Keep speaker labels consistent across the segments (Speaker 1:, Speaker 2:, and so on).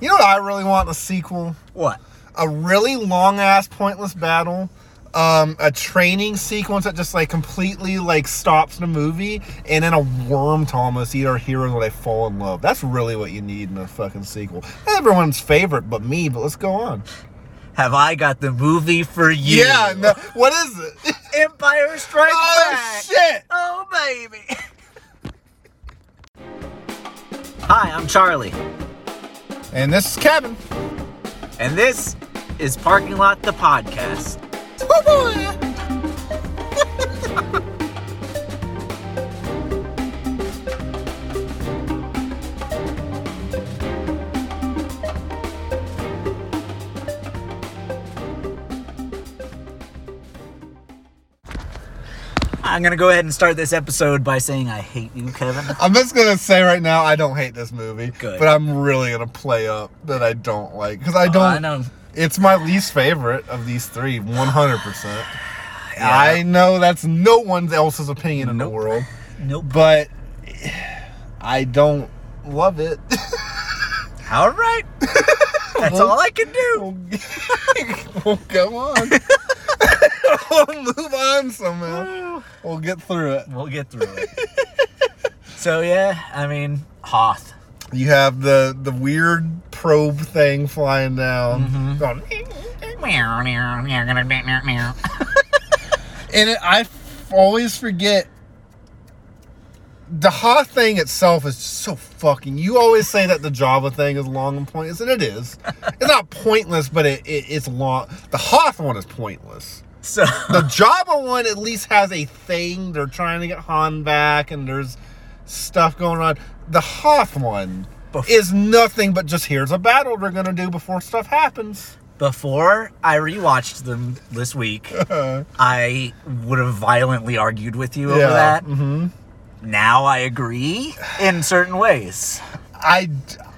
Speaker 1: You know what I really want in a sequel?
Speaker 2: What?
Speaker 1: A really long ass pointless battle. Um, a training sequence that just like completely like stops the movie, and then a worm to almost eat our heroes when they fall in love. That's really what you need in a fucking sequel. Everyone's favorite, but me. But let's go on.
Speaker 2: Have I got the movie for you?
Speaker 1: Yeah. No, what is it?
Speaker 2: Empire Strikes
Speaker 1: oh
Speaker 2: Back.
Speaker 1: shit!
Speaker 2: Oh baby. Hi, I'm Charlie,
Speaker 1: And this is Kevin.
Speaker 2: and this is Parking Lot the podcast. I'm gonna go ahead and start this episode by saying I hate you, Kevin.
Speaker 1: I'm just gonna say right now, I don't hate this movie,
Speaker 2: Good.
Speaker 1: but I'm really gonna play up that I don't like because Oh, I don't.
Speaker 2: I know.
Speaker 1: It's my least favorite of these three, 100. percent I know that's no one else's opinion in
Speaker 2: Nope.
Speaker 1: the world,
Speaker 2: Nope.
Speaker 1: but I don't love it.
Speaker 2: All right. That's all I can do.
Speaker 1: well, come on. we'll move on somehow. We'll get through it.
Speaker 2: We'll get through it. so yeah, I mean, Hoth.
Speaker 1: You have the the weird probe thing flying down. Going,
Speaker 2: Meow, meow, meow, gonna meow, meow, meow.
Speaker 1: And it, I f- always forget. The Hoth thing itself is so fucking. You always say that the Java thing is long and pointless, and it is. It's not pointless, but it, it it's long. The Hoth one is pointless.
Speaker 2: So
Speaker 1: The Java one at least has a thing. They're trying to get Han back, and there's stuff going on. The Hoth one
Speaker 2: Bef-
Speaker 1: is nothing but just here's a battle they're gonna do before stuff happens.
Speaker 2: before I rewatched them this week, I would have violently argued with you over
Speaker 1: Uh-huh. Yeah, Mm-hmm.
Speaker 2: that. Now I agree in certain ways.
Speaker 1: I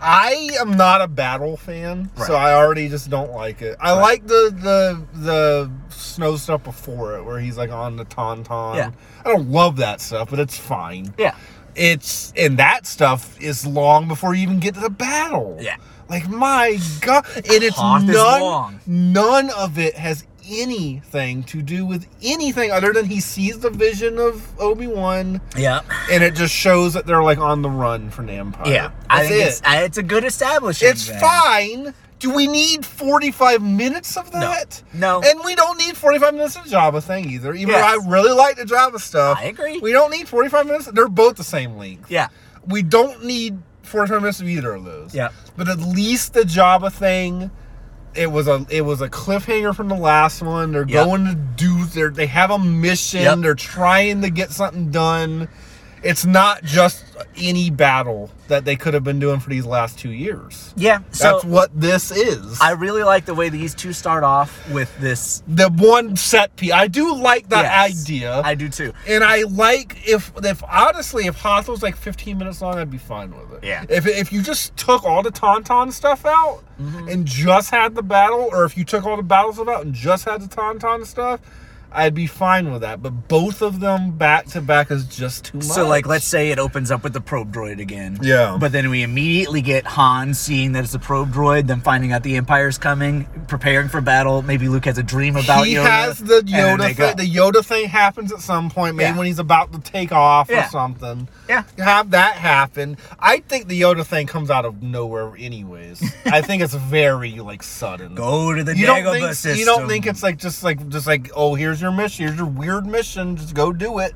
Speaker 1: I am not a battle fan, so
Speaker 2: Right.
Speaker 1: I already just don't like it. I like the the the snow stuff before it, where he's like on the tauntaun.
Speaker 2: Yeah.
Speaker 1: I don't love that stuff, but it's fine.
Speaker 2: Yeah.
Speaker 1: It's and that stuff is long before you even get to the battle.
Speaker 2: Yeah.
Speaker 1: Like my god, and it's
Speaker 2: Hoth is
Speaker 1: none
Speaker 2: long.
Speaker 1: none of it has anything to do with anything other than he sees the vision of Obi Wan,
Speaker 2: Yeah.
Speaker 1: and it just shows that they're like on the run for the Empire.
Speaker 2: Yeah. I
Speaker 1: That's
Speaker 2: think
Speaker 1: it.
Speaker 2: it's I- it's a good establishment.
Speaker 1: It's
Speaker 2: then.
Speaker 1: fine. Do we need 45 minutes of that?
Speaker 2: No.
Speaker 1: And we don't need 45 minutes of the Java thing either. Even
Speaker 2: Yes.
Speaker 1: though I really like the Java stuff.
Speaker 2: I agree.
Speaker 1: We don't need 45 minutes. They're both the same length.
Speaker 2: Yeah.
Speaker 1: We don't need 45 minutes of either of those.
Speaker 2: Yeah.
Speaker 1: But at least the Java thing, it was a it was a cliffhanger from the last one. They're
Speaker 2: Yep.
Speaker 1: going to do their they have a mission.
Speaker 2: Yep.
Speaker 1: They're trying to get something done. It's not just any battle that they could have been doing for these last two years.
Speaker 2: Yeah. So
Speaker 1: That's what this is.
Speaker 2: I really like the way these two start off with this
Speaker 1: the one set piece. I do like that
Speaker 2: Yes.
Speaker 1: idea.
Speaker 2: I do too.
Speaker 1: and I like if if honestly if Hoth was like 15 minutes long, I'd be fine with it.
Speaker 2: Yeah.
Speaker 1: If if you just took all the Tauntaun stuff out
Speaker 2: Mm-hmm.
Speaker 1: and just had the battle, or if you took all the battles out and just had the Tauntaun stuff, I'd be fine with that. But both of them back to back is just too much.
Speaker 2: So like let's say it opens up with the probe droid again.
Speaker 1: Yeah.
Speaker 2: But then we immediately get Han seeing that it's a probe droid, then finding out the Empire's coming, preparing for battle. Maybe Luke has a dream about
Speaker 1: he
Speaker 2: Yoda.
Speaker 1: has the
Speaker 2: and then they
Speaker 1: Yoda
Speaker 2: go.
Speaker 1: thing. The Yoda thing happens at some point, maybe
Speaker 2: Yeah.
Speaker 1: when he's about to take off
Speaker 2: Yeah.
Speaker 1: or something.
Speaker 2: Yeah.
Speaker 1: Have that happen. I think the Yoda thing comes out of nowhere, anyways. I think it's very like sudden.
Speaker 2: Go to the
Speaker 1: you
Speaker 2: Dagobah
Speaker 1: don't think
Speaker 2: system.
Speaker 1: you don't think it's like just like just like oh here's your mission here's your weird mission just go do it.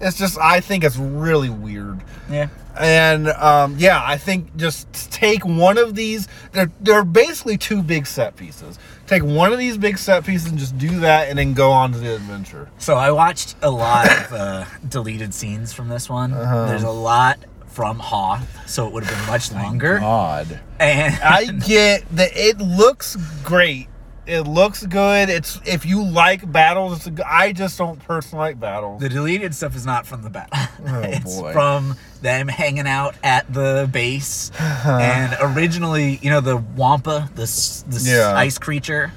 Speaker 1: It's just I think it's really weird.
Speaker 2: Yeah.
Speaker 1: And um, yeah, I think just take one of these. They're they're basically two big set pieces. Take one of these big set pieces and just do that, and then go on to the adventure.
Speaker 2: So I watched a lot of uh, deleted scenes from this one.
Speaker 1: Uh-huh.
Speaker 2: There's a lot from Hoth, so it would have been much longer.
Speaker 1: God,
Speaker 2: And
Speaker 1: I get that it looks great. It looks good. It's if you like battles, it's a g- I just don't personally like battles.
Speaker 2: The deleted stuff is not from the battle. it's
Speaker 1: Oh, boy.
Speaker 2: from them hanging out at the base. and originally, you know, the Wampa, the, s- the s-
Speaker 1: Yeah.
Speaker 2: ice creature.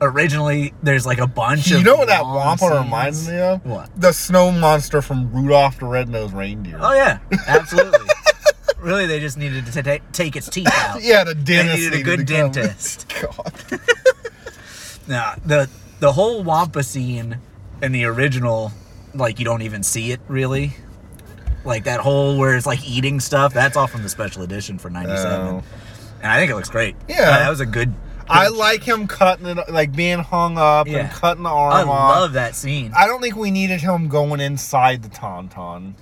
Speaker 2: Originally, there's like a bunch of.
Speaker 1: You know what that
Speaker 2: long
Speaker 1: Wampa
Speaker 2: scenes.
Speaker 1: reminds me of?
Speaker 2: What?
Speaker 1: The snow monster from Rudolph the Red-Nosed Reindeer.
Speaker 2: Oh yeah, Oh, absolutely. Really, they just needed to ta- take its teeth out.
Speaker 1: Yeah, the dentist.
Speaker 2: needed a
Speaker 1: needed
Speaker 2: good
Speaker 1: to come.
Speaker 2: dentist.
Speaker 1: God.
Speaker 2: Nah, the the whole Wampa scene in the original, like you don't even see it really. Like that whole where it's like eating stuff. That's all from the special edition for '97,
Speaker 1: Oh.
Speaker 2: and I think it looks great.
Speaker 1: Yeah.
Speaker 2: Uh, that was a good.
Speaker 1: I like him cutting it, like being hung up
Speaker 2: Yeah.
Speaker 1: and cutting the arm
Speaker 2: I
Speaker 1: off.
Speaker 2: love that scene.
Speaker 1: I don't think we needed him going inside the tauntaun.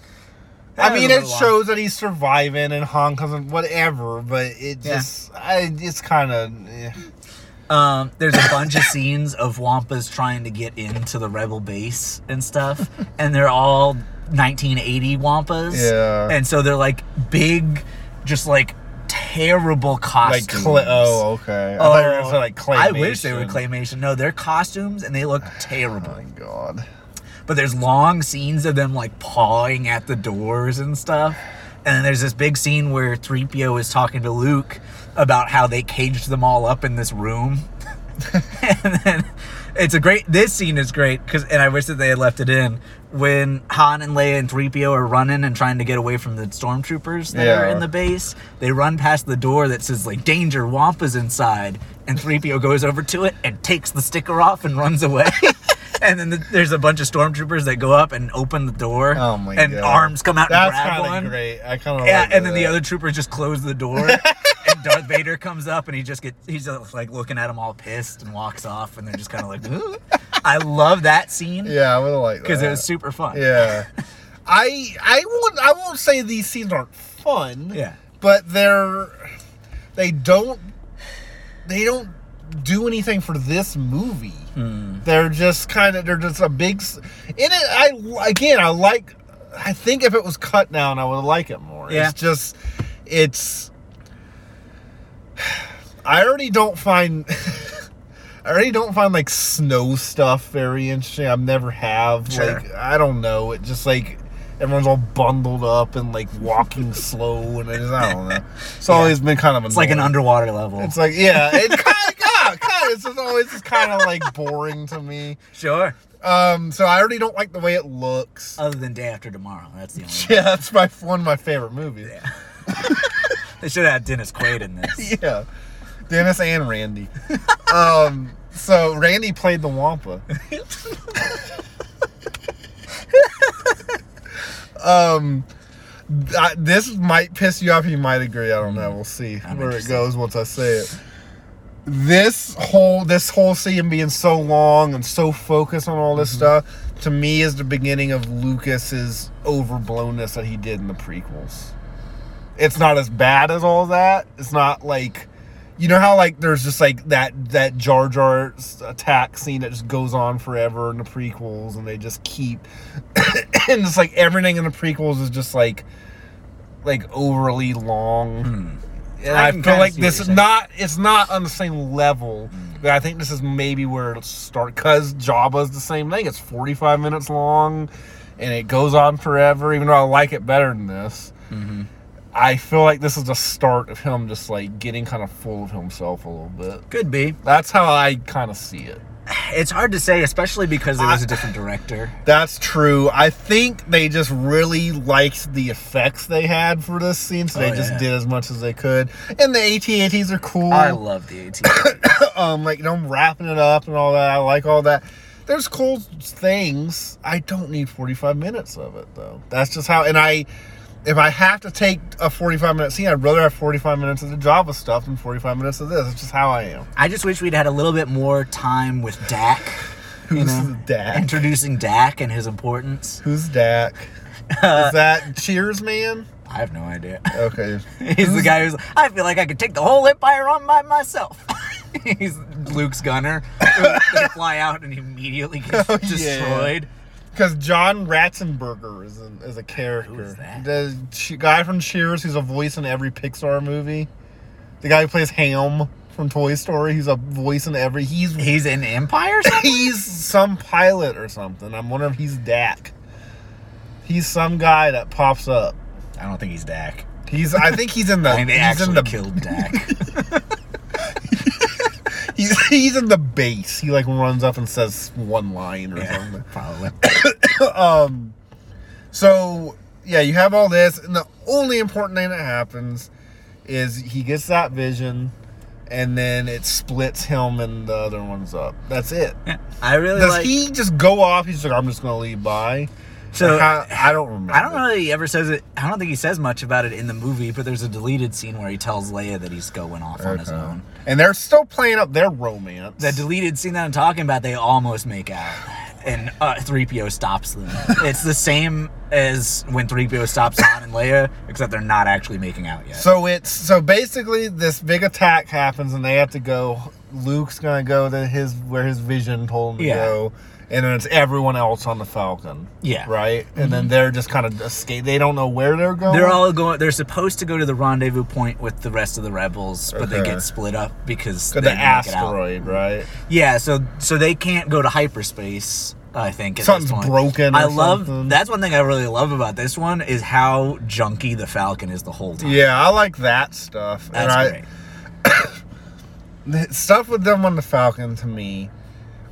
Speaker 2: That
Speaker 1: I
Speaker 2: was
Speaker 1: mean,
Speaker 2: a
Speaker 1: it
Speaker 2: little
Speaker 1: shows that he's surviving and Hong Kong's and whatever, but it
Speaker 2: Yeah.
Speaker 1: just, I, it's kind of, eh.
Speaker 2: Um, there's a bunch of scenes of Wampas trying to get into the rebel base and stuff, and they're all 1980 Wampas.
Speaker 1: Yeah.
Speaker 2: And so they're like big, just like terrible
Speaker 1: like,
Speaker 2: costumes.
Speaker 1: cla- oh, okay. I thought you were gonna say, like claymation.
Speaker 2: Oh, I wish they were claymation. No, they're costumes and they look
Speaker 1: Oh my
Speaker 2: terrible.
Speaker 1: god.
Speaker 2: But there's long scenes of them like pawing at the doors and stuff. And then there's this big scene where 3PO is talking to Luke about how they caged them all up in this room. and then it's a great this scene is great cuz and I wish that they had left it in when Han and Leia and 3PO are running and trying to get away from the stormtroopers that are
Speaker 1: Yeah.
Speaker 2: in the base. They run past the door that says like danger Wampa's inside and 3PO goes over to it and takes the sticker off and runs away. and then the, there's a bunch of stormtroopers that go up and open the door
Speaker 1: Oh my
Speaker 2: and
Speaker 1: god.
Speaker 2: arms come out
Speaker 1: That's
Speaker 2: and grab
Speaker 1: kinda
Speaker 2: one.
Speaker 1: great. I kind of
Speaker 2: Yeah,
Speaker 1: like
Speaker 2: and then the
Speaker 1: that.
Speaker 2: other troopers just close the door, and Darth Vader comes up, and he just gets he's just like looking at him all pissed and walks off, and they're just kind of like, "Ooh." I love that scene
Speaker 1: Yeah, I would have liked that.
Speaker 2: because it was super fun.
Speaker 1: Yeah. I I won't I won't say these scenes aren't fun.
Speaker 2: Yeah.
Speaker 1: But they're they don't they don't do anything for this movie.
Speaker 2: Hmm.
Speaker 1: They're just kind of they're just a big s- in it I again I like I think if it was cut down I would like it more.
Speaker 2: Yeah.
Speaker 1: It's just it's I already don't find I already don't find like snow stuff very interesting. I've never have.
Speaker 2: Sure.
Speaker 1: Like I don't know. It just like everyone's all bundled up and like walking slow and I, just, I don't know. It's always been kind of
Speaker 2: It's like an
Speaker 1: annoying.
Speaker 2: underwater level.
Speaker 1: It's like yeah, it kind of yeah, kind of. It's just always just kind of like boring to me.
Speaker 2: sure.
Speaker 1: Um, so I already don't like the way it looks.
Speaker 2: Other than Day After Tomorrow, that's the only.
Speaker 1: yeah, that's my one of my favorite movies.
Speaker 2: Yeah. They should have had Dennis Quaid in this.
Speaker 1: yeah. Dennis and Randy. um, so Randy played the Wampa. um, I, this might piss you off. You might agree. I don't know. We'll see
Speaker 2: Mm. I'm
Speaker 1: where it
Speaker 2: interested.
Speaker 1: goes once I say it. This whole this whole scene being so long and so focused on all this
Speaker 2: Mm-hmm.
Speaker 1: stuff to me is the beginning of Lucas's overblownness that he did in the prequels it's not as bad as all that. It's not like you know how like there's just like that that Jar Jar s- attack scene that just goes on forever in the prequels, and they just keep and it's like everything in the prequels is just like like overly long. And
Speaker 2: I
Speaker 1: I,
Speaker 2: can
Speaker 1: feel
Speaker 2: kinda
Speaker 1: like
Speaker 2: see what
Speaker 1: this
Speaker 2: you're
Speaker 1: is
Speaker 2: saying.
Speaker 1: not it's not on the same level. But I think this is maybe where it'll start because Jabba's the same thing. It's 45 minutes long, and it goes on forever. Even though I like it better than this. I feel like this is the start of him just like getting kind of full of himself a little bit.
Speaker 2: Could be.
Speaker 1: That's how I kind of see it.
Speaker 2: It's hard to say, especially because there was a different director.
Speaker 1: That's true. I think they just really liked the effects they had for this scene, so they
Speaker 2: Oh,
Speaker 1: just
Speaker 2: yeah.
Speaker 1: did as much as they could. And the AT-ATs are cool.
Speaker 2: I love the AT.
Speaker 1: um, like you know, I'm wrapping it up and all that. I like all that. There's cool things. I don't need 45 minutes of it though. That's just how. And I, if I have to take a 45 minute scene, I'd rather have 45 minutes of the Java stuff than 45 minutes of this. It's just how I am.
Speaker 2: I just wish we'd had a little bit more time with Dak.
Speaker 1: Who's
Speaker 2: know,
Speaker 1: Dak?
Speaker 2: Introducing Dak and his importance.
Speaker 1: Who's Dak? Is that Cheers Man?
Speaker 2: I have no idea.
Speaker 1: Okay.
Speaker 2: He's the guy who's. I feel like I could take the whole empire on by myself. He's Luke's gunner. they fly out and immediately gets
Speaker 1: Oh, yeah.
Speaker 2: destroyed.
Speaker 1: Because John Ratzenberger is a, is a character.
Speaker 2: Who's that?
Speaker 1: The ch- guy from Cheers, who's a voice in every Pixar movie. The guy who plays Ham from Toy Story, he's a voice in every. He's
Speaker 2: He's in Empire. something?
Speaker 1: he's some pilot or something. I'm wondering if he's Dak. He's some guy that pops up.
Speaker 2: I don't think he's Dak.
Speaker 1: He's I think he's in the
Speaker 2: I think they
Speaker 1: he's in
Speaker 2: actually
Speaker 1: the
Speaker 2: killed Dak.
Speaker 1: he's, he's in the base. He like runs up and says one line or something.
Speaker 2: yeah, probably.
Speaker 1: So yeah, you have all this, and the only important thing that happens is he gets that vision, and then it splits him and the other ones up. That's it.
Speaker 2: I really
Speaker 1: Does
Speaker 2: like.
Speaker 1: he just go off? He's like, I'm just gonna leave by.
Speaker 2: So-
Speaker 1: Like, I, I don't remember.
Speaker 2: I don't know that he ever says it. I don't think he says much about it in the movie, but there's a deleted scene where he tells Leia that he's going off on his
Speaker 1: Okay.
Speaker 2: own.
Speaker 1: And they're still playing up their romance.
Speaker 2: That deleted scene that I'm talking about, they almost make out, and uh, 3PO stops them. it's the same as when 3PO stops Han and Leia, except they're not actually making out yet.
Speaker 1: So it's so basically this big attack happens and they have to go. Luke's gonna go to his where his vision told him
Speaker 2: Yeah.
Speaker 1: to go, and then it's everyone else on the Falcon.
Speaker 2: Yeah. Mhm.
Speaker 1: Right. And then they're just kind of escape. They don't know where they're going.
Speaker 2: They're all going. They're supposed to go to the rendezvous point with the rest of the rebels, but they
Speaker 1: Okay.
Speaker 2: get split up because
Speaker 1: to the
Speaker 2: they didn't make it out.
Speaker 1: asteroid, right?
Speaker 2: Yeah, so so they can't go to hyperspace. I think at
Speaker 1: Something's
Speaker 2: this point.
Speaker 1: broken or
Speaker 2: I love
Speaker 1: something.
Speaker 2: that's one thing I really love about this one is how junky the Falcon is the whole time.
Speaker 1: Yeah, I like that stuff. And
Speaker 2: that's
Speaker 1: I-
Speaker 2: great.
Speaker 1: the stuff with them on the Falcon to me,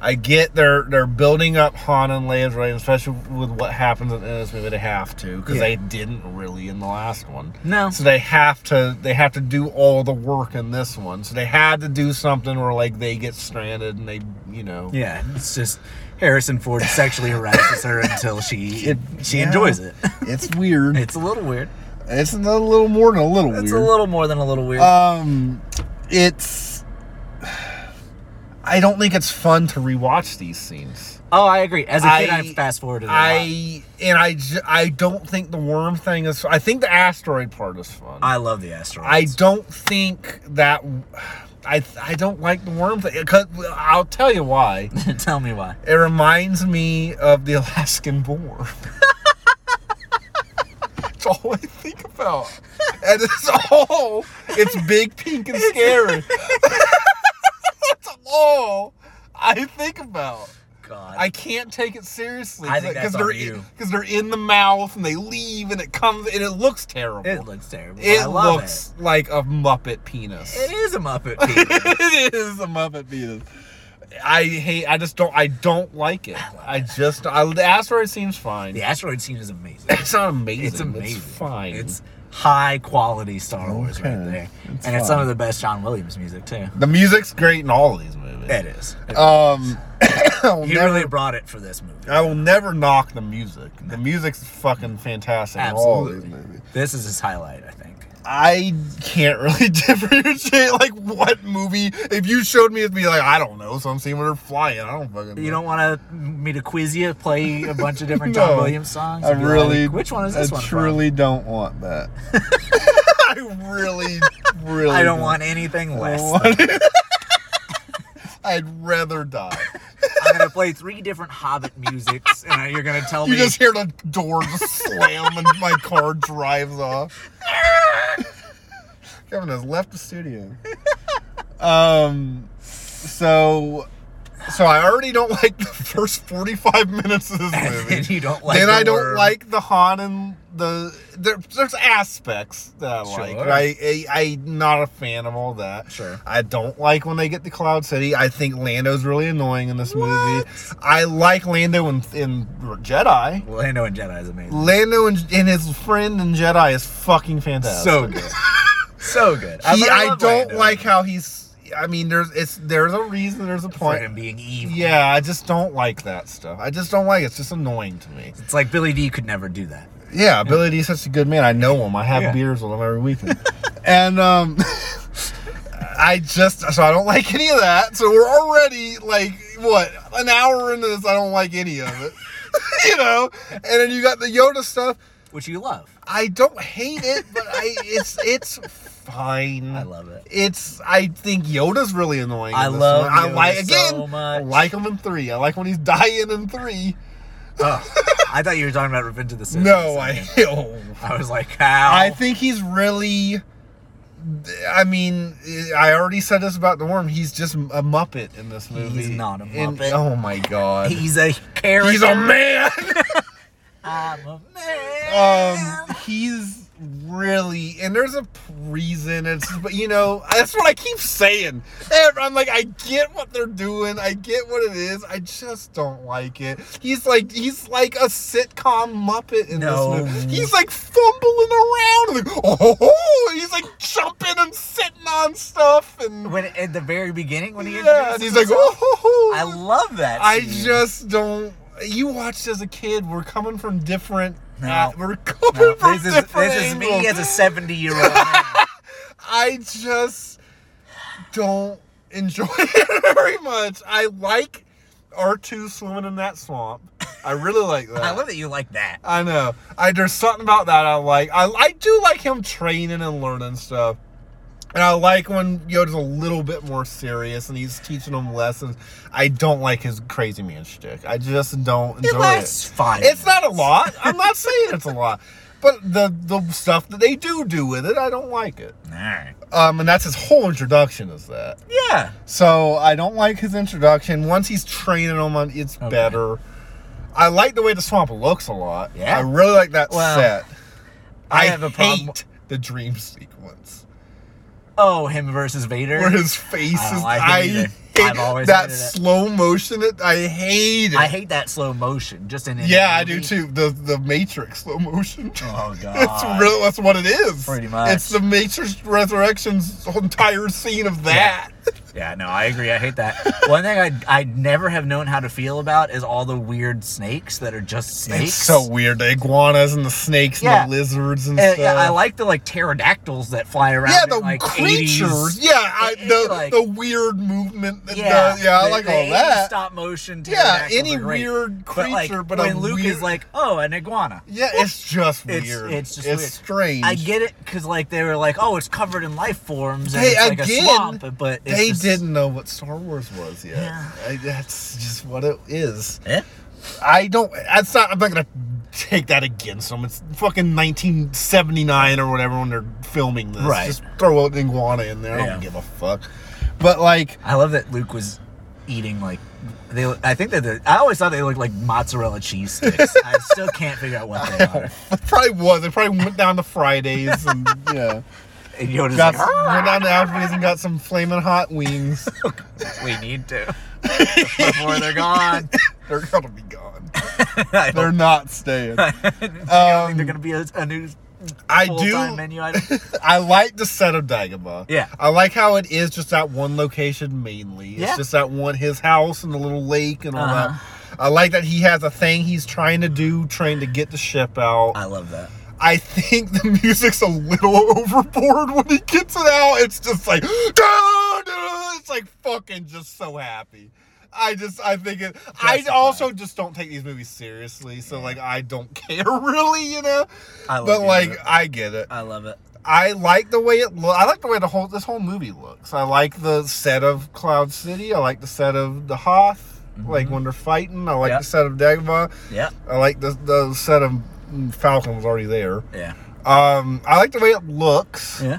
Speaker 1: I get they're they're building up Han and Leia's right, especially with what happens in this movie. They have to because
Speaker 2: Yeah.
Speaker 1: they didn't really in the last one.
Speaker 2: No.
Speaker 1: so they have to they have to do all the work in this one. So they had to do something where like they get stranded and they you know
Speaker 2: Yeah, it's just Harrison Ford sexually harasses her until she
Speaker 1: It-
Speaker 2: she
Speaker 1: yeah.
Speaker 2: enjoys it.
Speaker 1: it's weird. It's,
Speaker 2: It's a little weird.
Speaker 1: a little more than a little
Speaker 2: It's
Speaker 1: weird.
Speaker 2: a little more than a little weird.
Speaker 1: Um, it's. I don't think it's fun to rewatch these scenes.
Speaker 2: oh, I agree. As a kid,
Speaker 1: I-
Speaker 2: I, fast forwarded. I
Speaker 1: I and I j- I don't think the worm thing is. I think the asteroid part is fun. I,
Speaker 2: I love the asteroids.
Speaker 1: don't think that. I I don't like the worm thing. 'Cause- I'll tell you why.
Speaker 2: tell me why.
Speaker 1: It reminds me of the Alaskan boar. It's all I think about, and it's all. It's big, pink, and scary. That's all I think about.
Speaker 2: God,
Speaker 1: I can't take it seriously.
Speaker 2: I think that's
Speaker 1: they're
Speaker 2: on you.
Speaker 1: because they're in the mouth and they leave and it comes and it looks terrible.
Speaker 2: it looks terrible.
Speaker 1: It
Speaker 2: I love
Speaker 1: looks like a Muppet penis.
Speaker 2: it. It is a Muppet. Baby.
Speaker 1: it is a Muppet penis. I hate. I just don't. I don't like it. I just. I, the asteroid seems fine.
Speaker 2: The asteroid scene is amazing.
Speaker 1: It's not amazing.
Speaker 2: It's amazing.
Speaker 1: It's fine.
Speaker 2: It's high quality Star Wars right
Speaker 1: Okay.
Speaker 2: there, and
Speaker 1: It's
Speaker 2: it's some
Speaker 1: fine.
Speaker 2: of the best John Williams music too.
Speaker 1: the music's great in all of these movies.
Speaker 2: It is.
Speaker 1: Um, I'll
Speaker 2: He
Speaker 1: never-
Speaker 2: really brought it for this movie.
Speaker 1: I will never knock the music. The music's fucking fantastic in all
Speaker 2: Absolutely.
Speaker 1: of these movies.
Speaker 2: This is his highlight, I think.
Speaker 1: I can't really differentiate like what movie. If you showed me, it'd be like I don't know some scene where they're flying. I don't fucking.
Speaker 2: You
Speaker 1: know.
Speaker 2: don't want to me to quiz you, play a bunch of different
Speaker 1: No.
Speaker 2: John Williams songs.
Speaker 1: I
Speaker 2: and be like,
Speaker 1: really.
Speaker 2: Which one is this
Speaker 1: I
Speaker 2: one? from?"
Speaker 1: truly don't want that. I really, really.
Speaker 2: I don't want anything
Speaker 1: I
Speaker 2: less.
Speaker 1: don't want- I'd rather die.
Speaker 2: I'm gonna play three different Hobbit musics, and you're gonna tell
Speaker 1: You
Speaker 2: me.
Speaker 1: just hear the door just slam and my car drives off. Kevin has left the studio. Um, so, so I already don't like the first forty-five minutes of this movie.
Speaker 2: and you don't like.
Speaker 1: then
Speaker 2: the
Speaker 1: I don't
Speaker 2: word.
Speaker 1: like the Han and the there, there's aspects that I like.
Speaker 2: Sure.
Speaker 1: but I, I I'm not a fan of all that.
Speaker 2: Sure.
Speaker 1: I don't like when they get to Cloud City. I think Lando's really annoying in this movie. I like Lando in, in Jedi.
Speaker 2: Lando and Jedi is amazing.
Speaker 1: Lando and, and his friend in Jedi is fucking fantastic.
Speaker 2: So good. So good. I,
Speaker 1: He- I
Speaker 2: I love
Speaker 1: don't
Speaker 2: Lando.
Speaker 1: like how he's. I mean, there's it's there's a reason. There's a
Speaker 2: for
Speaker 1: point.
Speaker 2: him being evil.
Speaker 1: Yeah, I just don't like that stuff. I just don't like it. It's just annoying to me.
Speaker 2: It's like Billy D could never do that.
Speaker 1: Yeah, Billy D's such a good man. I know him. I have
Speaker 2: Yeah.
Speaker 1: beers with him every weekend. and um I just so I don't like any of that. So we're already like what an hour into this. I don't like any of it. you know, and then you got the Yoda stuff.
Speaker 2: Which you love.
Speaker 1: I don't hate it, but I it's it's fine.
Speaker 2: I love it.
Speaker 1: It's. I think Yoda's really annoying. in
Speaker 2: I
Speaker 1: this
Speaker 2: love
Speaker 1: one. I
Speaker 2: Yoda
Speaker 1: like again.
Speaker 2: so
Speaker 1: I
Speaker 2: much.
Speaker 1: like him in three. I like when he's dying in three.
Speaker 2: Oh, I thought you were talking about Revenge of the Sith.
Speaker 1: No,
Speaker 2: for a
Speaker 1: I.
Speaker 2: second.
Speaker 1: Oh.
Speaker 2: I was like, how?
Speaker 1: I think he's really. I mean, I already said this about the worm. He's just a muppet in this movie.
Speaker 2: not a
Speaker 1: And-
Speaker 2: Muppet.
Speaker 1: oh my god,
Speaker 2: he's a character.
Speaker 1: he's a man.
Speaker 2: I'm a man.
Speaker 1: um, he's really, and there's a p- reason. It's, but you know, that's what I keep saying. Ev- I'm like, I get what they're doing. I get what it is. I just don't like it. He's like, he's like a sitcom Muppet in
Speaker 2: No.
Speaker 1: this movie. He's like fumbling around. Like, oh, oh, he's like jumping and sitting on stuff. And,
Speaker 2: When at the very beginning when he
Speaker 1: yeah, and
Speaker 2: introduces
Speaker 1: he's like,
Speaker 2: himself,
Speaker 1: oh, oh, oh.
Speaker 2: I love that.
Speaker 1: I
Speaker 2: scene.
Speaker 1: just don't. You watched as a kid. We're coming from different.
Speaker 2: No.
Speaker 1: uh, we're coming
Speaker 2: No,
Speaker 1: from
Speaker 2: this is
Speaker 1: different
Speaker 2: this is
Speaker 1: angles.
Speaker 2: me as a seventy year old.
Speaker 1: I just don't enjoy it very much. I like R2 swimming in that swamp. I really like that.
Speaker 2: I love that you like that.
Speaker 1: I know. I there's something about that I like. I I do like him training and learning stuff. And I like when Yoda's a little bit more serious and he's teaching him lessons. I don't like his crazy man shtick. I just don't enjoy
Speaker 2: It lasts five.
Speaker 1: it's not a lot. I'm not saying it's a lot. But the the stuff that they do do with it, I don't like it.
Speaker 2: All right.
Speaker 1: Um, and that's his whole introduction is that.
Speaker 2: Yeah.
Speaker 1: So I don't like his introduction. Once he's training him on it's
Speaker 2: Okay.
Speaker 1: better. I like the way the swamp looks a lot.
Speaker 2: Yeah?
Speaker 1: I really like that
Speaker 2: Well,
Speaker 1: set. I,
Speaker 2: I have a problem-
Speaker 1: hate the dream sequence.
Speaker 2: Oh, him versus Vader.
Speaker 1: Where his face
Speaker 2: Oh, I don't
Speaker 1: is
Speaker 2: like it
Speaker 1: I
Speaker 2: either.
Speaker 1: hate
Speaker 2: I've always
Speaker 1: that
Speaker 2: hated it.
Speaker 1: slow motion it, I hate it.
Speaker 2: I hate that slow motion. Just in any
Speaker 1: yeah, I do
Speaker 2: movie.
Speaker 1: too. The the Matrix slow motion.
Speaker 2: Oh god.
Speaker 1: It's real. That's what it is.
Speaker 2: Pretty much.
Speaker 1: It's the Matrix Resurrection's entire scene of that.
Speaker 2: Yeah, no, I agree. I hate that. One thing I I never have known how to feel about is all the weird snakes that are just snakes.
Speaker 1: It's so weird. The iguanas and the snakes
Speaker 2: Yeah.
Speaker 1: and the lizards and
Speaker 2: And,
Speaker 1: stuff.
Speaker 2: yeah, I like the like pterodactyls that fly around.
Speaker 1: Yeah,
Speaker 2: in,
Speaker 1: the
Speaker 2: like,
Speaker 1: creatures.
Speaker 2: 80s.
Speaker 1: Yeah, I,
Speaker 2: It- it,
Speaker 1: the
Speaker 2: like-
Speaker 1: the weird movement. That
Speaker 2: Yeah,
Speaker 1: yeah, yeah, I
Speaker 2: the-
Speaker 1: like
Speaker 2: the
Speaker 1: all
Speaker 2: 80s
Speaker 1: that.
Speaker 2: Stop motion.
Speaker 1: Yeah,
Speaker 2: pterodactyls
Speaker 1: any
Speaker 2: are great.
Speaker 1: weird
Speaker 2: But like
Speaker 1: creature, but, a
Speaker 2: when Luke is
Speaker 1: weird-
Speaker 2: like, oh, an iguana.
Speaker 1: yeah, it's just weird. It's,
Speaker 2: It's- it's just weird.
Speaker 1: strange.
Speaker 2: I get it because like they were like, oh, it's covered in life forms and
Speaker 1: They-
Speaker 2: it's like
Speaker 1: again,
Speaker 2: a swamp, but it's
Speaker 1: they
Speaker 2: just-
Speaker 1: didn't know what Star Wars was yet.
Speaker 2: Yeah.
Speaker 1: I, that's just what it is.
Speaker 2: Eh?
Speaker 1: I don't. That's not. I'm not gonna take that against them. It's fucking 1979 or whatever when they're filming this.
Speaker 2: Right.
Speaker 1: Just throw an iguana in there. I
Speaker 2: Yeah.
Speaker 1: don't give a fuck. But like,
Speaker 2: I love that Luke was eating like they. I think that the, I always thought they looked like mozzarella cheese sticks. I still can't figure out what they are.
Speaker 1: it probably was. It probably went down to Fridays and yeah,
Speaker 2: And Yoda's
Speaker 1: got
Speaker 2: like, "Ah,
Speaker 1: went down to Applebee's and got some flaming hot wings.
Speaker 2: we need to before they're gone.
Speaker 1: they're gonna be gone.
Speaker 2: I
Speaker 1: They're
Speaker 2: don't
Speaker 1: not staying.
Speaker 2: think they're
Speaker 1: Um,
Speaker 2: gonna be a, a new
Speaker 1: I
Speaker 2: full-time
Speaker 1: do.
Speaker 2: menu item.
Speaker 1: I like the set of Dagobah.
Speaker 2: Yeah.
Speaker 1: I like how it is just that one location mainly. It's
Speaker 2: Yeah.
Speaker 1: just that one his house and the little lake and all
Speaker 2: Uh-huh.
Speaker 1: that. I like that he has a thing he's trying to do, trying to get the ship out.
Speaker 2: I love that.
Speaker 1: I think the music's a little overboard when he gets it out. It's just like, "Dah, dah," it's like fucking just so happy. I just, I think it.
Speaker 2: Justified.
Speaker 1: I also just don't take these movies seriously, so like I don't care really, you know.
Speaker 2: I love
Speaker 1: But
Speaker 2: it.
Speaker 1: like I get it.
Speaker 2: I love it.
Speaker 1: I like the way it looks. I like the way the whole this whole movie looks. I like the set of Cloud City. I like the set of the Hoth, like when they're fighting. I like
Speaker 2: Yep.
Speaker 1: the set of Dagobah.
Speaker 2: Yeah,
Speaker 1: I like the the set of mm, Falcon was already there.
Speaker 2: yeah,
Speaker 1: Um, I like the way it looks.
Speaker 2: yeah.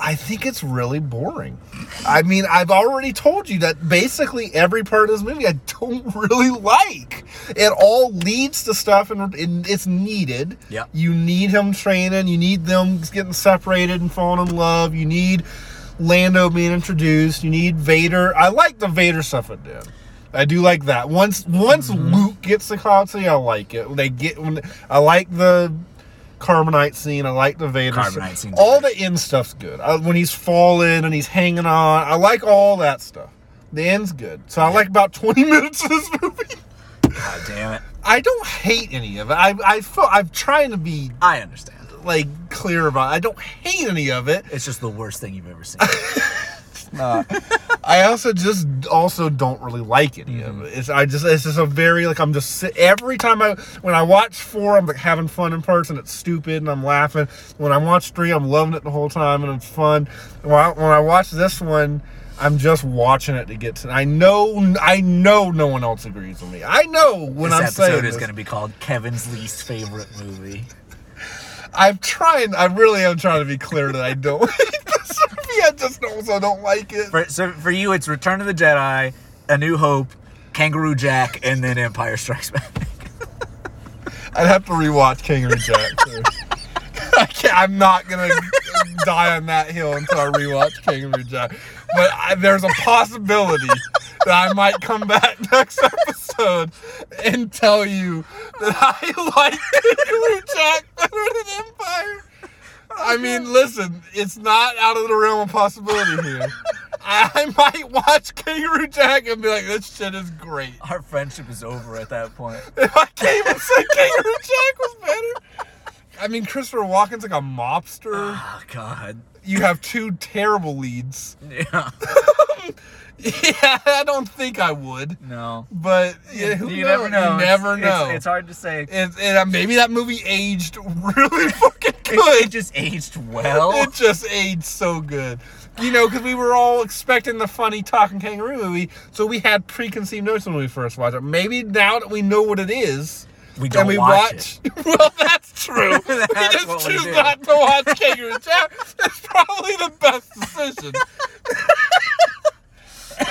Speaker 1: I think it's really boring. I mean, I've already told you that basically every part of this movie I don't really like. It all leads to stuff and and it's needed.
Speaker 2: Yeah.
Speaker 1: You need him training, you need them getting separated and falling in love, you need Lando being introduced, you need Vader. I like the Vader stuff it did. I do like that. Once once
Speaker 2: Mm-hmm.
Speaker 1: Luke gets the Cloud City, I like it. They get when I like the Carbonite scene. I like the Vader.
Speaker 2: Carbonite
Speaker 1: scene.
Speaker 2: scene's
Speaker 1: All
Speaker 2: great.
Speaker 1: the the end stuff's good. I, when he's falling and he's hanging on, I like all that stuff. The end's good. So I like about 20 minutes of this movie.
Speaker 2: God damn it.
Speaker 1: I don't hate any of it. I I feel I'm trying to be
Speaker 2: I understand.
Speaker 1: like clear about. It. I don't hate any of it.
Speaker 2: It's just the worst thing you've ever seen.
Speaker 1: I also just also don't really like any
Speaker 2: Mm-hmm.
Speaker 1: of it. It's I just it's just a very like I'm just sit, every time I when I watch four I'm like having fun in parts and it's stupid and I'm laughing. When I watch three I'm loving it the whole time and it's fun. When I, when I watch this one I'm just watching it to get to. I know I know no one else agrees with me. I know when
Speaker 2: this
Speaker 1: I'm saying
Speaker 2: episode is
Speaker 1: this.
Speaker 2: going to be called Kevin's least favorite movie.
Speaker 1: I'm trying. I really am trying to be clear that I don't. hate this movie. I just also don't like it.
Speaker 2: For, so for you, it's Return of the Jedi, A New Hope, Kangaroo Jack, and then Empire Strikes Back.
Speaker 1: I'd have to rewatch Kangaroo Jack. too. I can't, I'm not gonna die on that hill until I rewatch Kangaroo Jack. But I, there's a possibility that I might come back next episode and tell you that I like Kangaroo Jack better than Empire. I mean, listen, it's not out of the realm of possibility here. I, I might watch Kangaroo Jack and be like, this shit is great.
Speaker 2: Our friendship is over at that point.
Speaker 1: If I came and said Kangaroo Jack was better. I mean, Christopher Walken's like a mobster.
Speaker 2: Oh God.
Speaker 1: You have two terrible leads.
Speaker 2: Yeah.
Speaker 1: Yeah, I don't think I would.
Speaker 2: No.
Speaker 1: But yeah, who
Speaker 2: you
Speaker 1: knows?
Speaker 2: never know.
Speaker 1: You never
Speaker 2: It's-
Speaker 1: know.
Speaker 2: It's, it's hard to say. It,
Speaker 1: And- and, uh, maybe that movie aged really fucking good.
Speaker 2: it just aged well.
Speaker 1: It just aged so good. You know, because we were all expecting the funny talking kangaroo movie, so we had preconceived notions when we first watched it. Maybe now that we know what it is,
Speaker 2: We
Speaker 1: and
Speaker 2: don't
Speaker 1: we
Speaker 2: watch
Speaker 1: watch. well, that's true. we
Speaker 2: That's
Speaker 1: just
Speaker 2: what we
Speaker 1: choose
Speaker 2: do.
Speaker 1: not to watch Kangaroo Jack. It's probably the best decision.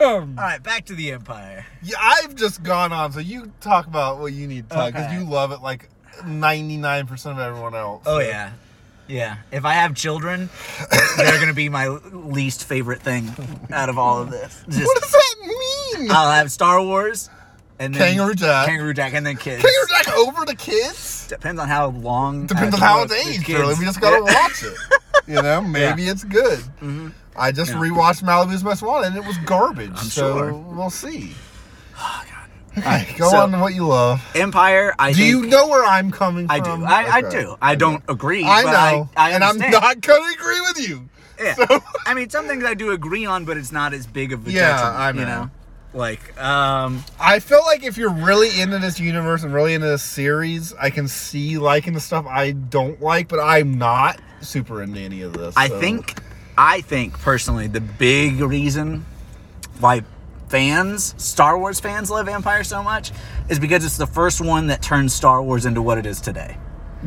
Speaker 2: All right, back to the Empire.
Speaker 1: Yeah, I've just gone on, so you talk about what you need to talk because
Speaker 2: Okay.
Speaker 1: you love it like ninety nine percent of everyone else.
Speaker 2: Oh yeah, yeah. If I have children, they're gonna be my least favorite thing out of all of this. Just,
Speaker 1: What does that mean?
Speaker 2: I'll have Star Wars, and then
Speaker 1: Kangaroo Jack.
Speaker 2: Kangaroo Jack, and then kids.
Speaker 1: Kangaroo Jack over the kids?
Speaker 2: Depends on how long.
Speaker 1: Depends
Speaker 2: I
Speaker 1: on how
Speaker 2: have
Speaker 1: it's
Speaker 2: to work with
Speaker 1: aged,
Speaker 2: kids.
Speaker 1: really. We just gotta watch it. You know, maybe it's good.
Speaker 2: Mm-hmm.
Speaker 1: I just rewatched Malibu's Best Wanted and it was garbage. so
Speaker 2: sure. Oh,
Speaker 1: we'll see.
Speaker 2: Yeah.
Speaker 1: Okay, go
Speaker 2: So-
Speaker 1: on to what you love.
Speaker 2: Empire. I
Speaker 1: Do you
Speaker 2: think-
Speaker 1: know where I'm coming
Speaker 2: I do.
Speaker 1: from?
Speaker 2: I, I
Speaker 1: Okay.
Speaker 2: do. I don't agree.
Speaker 1: I
Speaker 2: but
Speaker 1: know.
Speaker 2: I, I
Speaker 1: and I'm
Speaker 2: understand.
Speaker 1: not gonna agree with you.
Speaker 2: Yeah. I mean, some things I do agree on, but it's not as big of a
Speaker 1: Yeah,
Speaker 2: detriment,
Speaker 1: I know.
Speaker 2: You know, like um,
Speaker 1: I feel like if you're really into this universe and really into this series, I can see liking the stuff I don't like, but I'm not super into any of this.
Speaker 2: I
Speaker 1: so-
Speaker 2: think, I think personally, the big reason why fans, Star Wars fans, love Empire so much is because it's the first one that turns Star Wars into what it is today.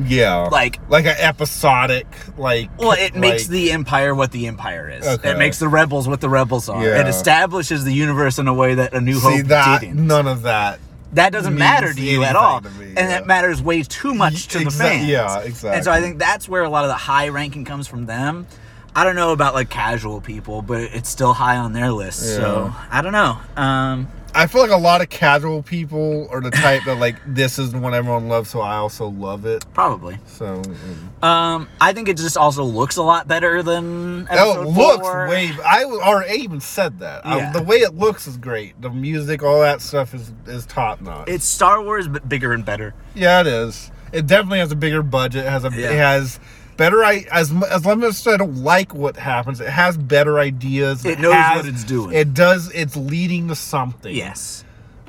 Speaker 1: Yeah.
Speaker 2: Like-
Speaker 1: like an episodic like
Speaker 2: Well, it makes
Speaker 1: like-
Speaker 2: the Empire what the Empire is.
Speaker 1: Okay.
Speaker 2: It makes the Rebels what the Rebels are.
Speaker 1: Yeah.
Speaker 2: It establishes the universe in a way that A New
Speaker 1: See
Speaker 2: Hope
Speaker 1: that
Speaker 2: didn't.
Speaker 1: none of that.
Speaker 2: that doesn't
Speaker 1: means
Speaker 2: matter to you
Speaker 1: anything
Speaker 2: at all,
Speaker 1: to me,
Speaker 2: and
Speaker 1: yeah.
Speaker 2: that matters way too much to the
Speaker 1: Exa-
Speaker 2: fans.
Speaker 1: yeah,
Speaker 2: And so
Speaker 1: exactly.
Speaker 2: I think that's where a lot of the high ranking comes from them. I don't know about like casual people, but it's still high on their list. So I don't know. Um,
Speaker 1: I feel like a lot of casual people are the type that like this is the one everyone loves, so I also love it.
Speaker 2: probably.
Speaker 1: So mm.
Speaker 2: Um, I think it just also looks a lot better than
Speaker 1: oh,
Speaker 2: episode
Speaker 1: it looks
Speaker 2: four.
Speaker 1: way. I was- or I even said that. I-
Speaker 2: Yeah.
Speaker 1: the way it looks is great. The music, all that stuff is is top notch.
Speaker 2: It's Star Wars, but bigger and better.
Speaker 1: Yeah, it is. It definitely has a bigger budget. It has a
Speaker 2: Yeah.
Speaker 1: it has better I as mu- as long as I don't like what happens, it has better ideas.
Speaker 2: It knows
Speaker 1: has-
Speaker 2: what it's doing.
Speaker 1: It does. It's leading to something.
Speaker 2: Yes.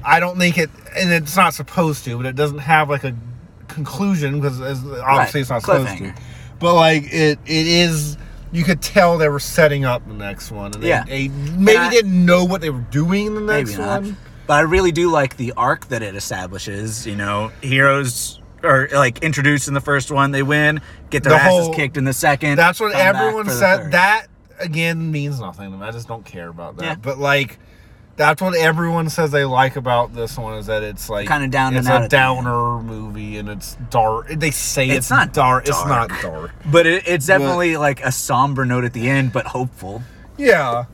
Speaker 1: I don't think it, and it's not supposed to, but it doesn't have like a conclusion because obviously it's not supposed to.
Speaker 2: cliffhanger.
Speaker 1: But like it, it is. You could tell they were setting up the next one, and they-
Speaker 2: Yeah.
Speaker 1: they, maybe
Speaker 2: And I-
Speaker 1: didn't know what they were doing in the next
Speaker 2: Maybe not.
Speaker 1: one.
Speaker 2: But I really do like the arc that it establishes. You know, heroes are like introduced in the first one, they win, get their
Speaker 1: The
Speaker 2: asses
Speaker 1: whole-
Speaker 2: kicked in the second.
Speaker 1: That's what
Speaker 2: come back
Speaker 1: everyone
Speaker 2: for the
Speaker 1: said.
Speaker 2: third.
Speaker 1: That again means nothing to me. I just don't care about that.
Speaker 2: Yeah.
Speaker 1: But like, that's what everyone says they like about this one is that it's like
Speaker 2: Kinda down
Speaker 1: It's
Speaker 2: and out
Speaker 1: a
Speaker 2: at the end.
Speaker 1: downer movie, and it's dark. They say it's,
Speaker 2: It's not
Speaker 1: dark. It's not
Speaker 2: dark.
Speaker 1: dark.
Speaker 2: But it, it's definitely like a somber note at the end, but hopeful.
Speaker 1: Yeah.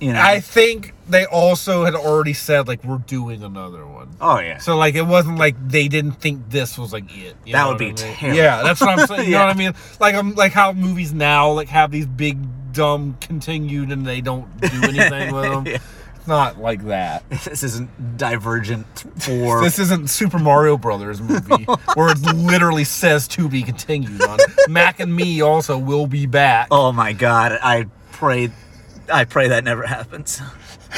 Speaker 2: You know.
Speaker 1: I think they also had already said like we're doing another one.
Speaker 2: oh yeah.
Speaker 1: So like it wasn't like they didn't think this was like it. you
Speaker 2: That
Speaker 1: know
Speaker 2: would
Speaker 1: what
Speaker 2: be
Speaker 1: I mean?
Speaker 2: terrible.
Speaker 1: Yeah, that's what I'm saying. You
Speaker 2: Yeah.
Speaker 1: know what I mean? Like I'm like how movies now like have these big dumb continued and they don't do anything with them.
Speaker 2: Yeah.
Speaker 1: It's not like that.
Speaker 2: this isn't Divergent Four.
Speaker 1: This isn't Super Mario Brothers movie where it literally says to be continued on. it. Mac and Me also will be back.
Speaker 2: oh my God! I pray, I pray that never happens.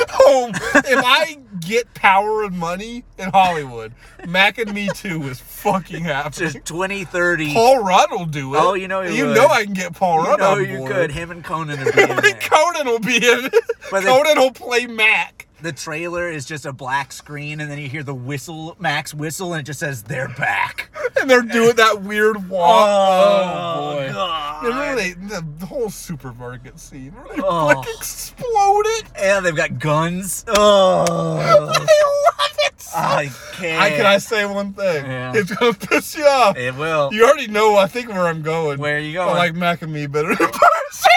Speaker 1: home Oh, if I get power and money in Hollywood. Mac and Me Too is fucking happening.
Speaker 2: Just twenty thirty.
Speaker 1: Paul Rudd will do it.
Speaker 2: Oh, you know he
Speaker 1: you
Speaker 2: would.
Speaker 1: know I can get Paul
Speaker 2: You
Speaker 1: Rudd
Speaker 2: know
Speaker 1: on Oh,
Speaker 2: you
Speaker 1: board.
Speaker 2: could. Him and Conan would be in there.
Speaker 1: Conan will be in. it.
Speaker 2: But they-
Speaker 1: Conan will play Mac.
Speaker 2: the trailer is just a black screen, and then you hear the whistle, Max whistle, and it just says they're back.
Speaker 1: And they're doing that weird walk. Oh, boy.
Speaker 2: God.
Speaker 1: Remember they, the the whole supermarket scene? Remember they
Speaker 2: Oh.
Speaker 1: fucking exploded?
Speaker 2: And they've got guns. Oh.
Speaker 1: I love it so
Speaker 2: I can't.
Speaker 1: I can I say one thing?
Speaker 2: Yeah.
Speaker 1: It's gonna piss you off.
Speaker 2: It will.
Speaker 1: You already know I think where I'm going.
Speaker 2: Where are you
Speaker 1: I
Speaker 2: going?
Speaker 1: like Mac and me better than Percy.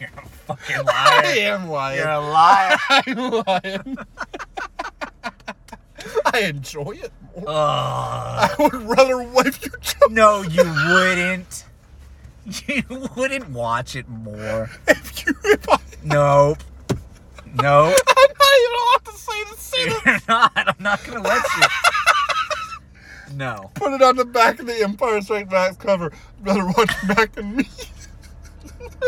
Speaker 2: You're a fucking
Speaker 1: I
Speaker 2: liar.
Speaker 1: am lying.
Speaker 2: You're a liar.
Speaker 1: I'm lying. I enjoy it more.
Speaker 2: Ugh.
Speaker 1: I would rather wipe your junk
Speaker 2: No, you wouldn't. You wouldn't watch it more.
Speaker 1: if you if I
Speaker 2: Nope. Nope.
Speaker 1: I'm not even allowed to say the sentence.
Speaker 2: You're not. I'm not gonna let you. No.
Speaker 1: Put it on the back of the Empire Strikes Back cover. Rather watch Mac and me.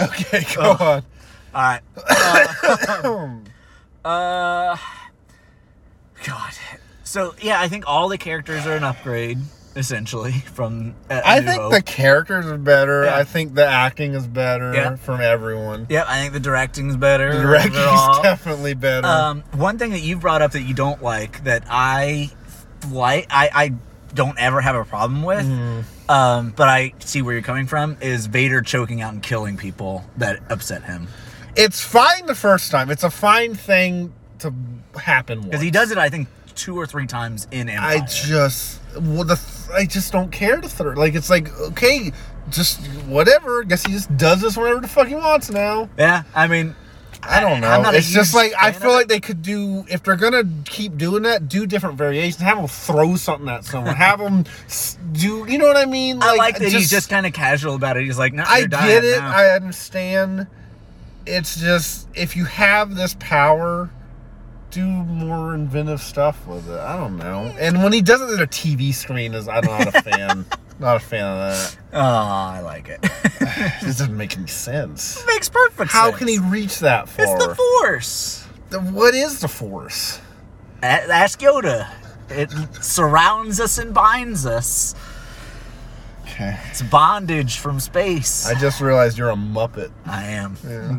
Speaker 1: okay, go
Speaker 2: Oh. All right.
Speaker 1: on.
Speaker 2: Uh, God. So yeah, I think all the characters are an upgrade essentially from. uh,
Speaker 1: I
Speaker 2: New
Speaker 1: think
Speaker 2: Hope.
Speaker 1: the characters are better.
Speaker 2: Yeah.
Speaker 1: I think the acting is better
Speaker 2: Yeah.
Speaker 1: from everyone.
Speaker 2: Yep, I think the directing's better.
Speaker 1: The directing's
Speaker 2: overall.
Speaker 1: definitely better.
Speaker 2: Um, one thing that you brought up that you don't like that I like, I, I don't ever have a problem with,
Speaker 1: Mm-hmm.
Speaker 2: um, but I see where you're coming from is Vader choking out and killing people that upset him
Speaker 1: it's fine the first time. It's a fine thing to happen once.
Speaker 2: because he does it, I think, two or three times in Empire.
Speaker 1: I just well, the th- I just don't care to third. Like it's like okay, just whatever. Guess he just does this whenever the fuck he wants now.
Speaker 2: yeah, I mean,
Speaker 1: I don't know.
Speaker 2: I'm not a
Speaker 1: it's just
Speaker 2: huge
Speaker 1: like I
Speaker 2: fan
Speaker 1: feel
Speaker 2: of
Speaker 1: like they could do if they're gonna keep doing that, do different variations. Have them throw something at someone. have them do you know what I mean?
Speaker 2: I like that he's just kind of casual about it. He's like, no,
Speaker 1: I
Speaker 2: you're dying
Speaker 1: get it.
Speaker 2: now."
Speaker 1: I understand. It's just if you have this power, do more inventive stuff with it. I don't know. And when he does it at a TV screen, is I'm not a fan. not a fan of that.
Speaker 2: oh, I like it.
Speaker 1: This doesn't make any sense.
Speaker 2: Makes perfect
Speaker 1: How
Speaker 2: sense.
Speaker 1: can he reach that far?
Speaker 2: It's the force.
Speaker 1: The- what is the force?
Speaker 2: A- Ask Yoda. It surrounds us and binds us.
Speaker 1: Okay.
Speaker 2: It's bondage from space.
Speaker 1: I just realized you're a Muppet.
Speaker 2: I am.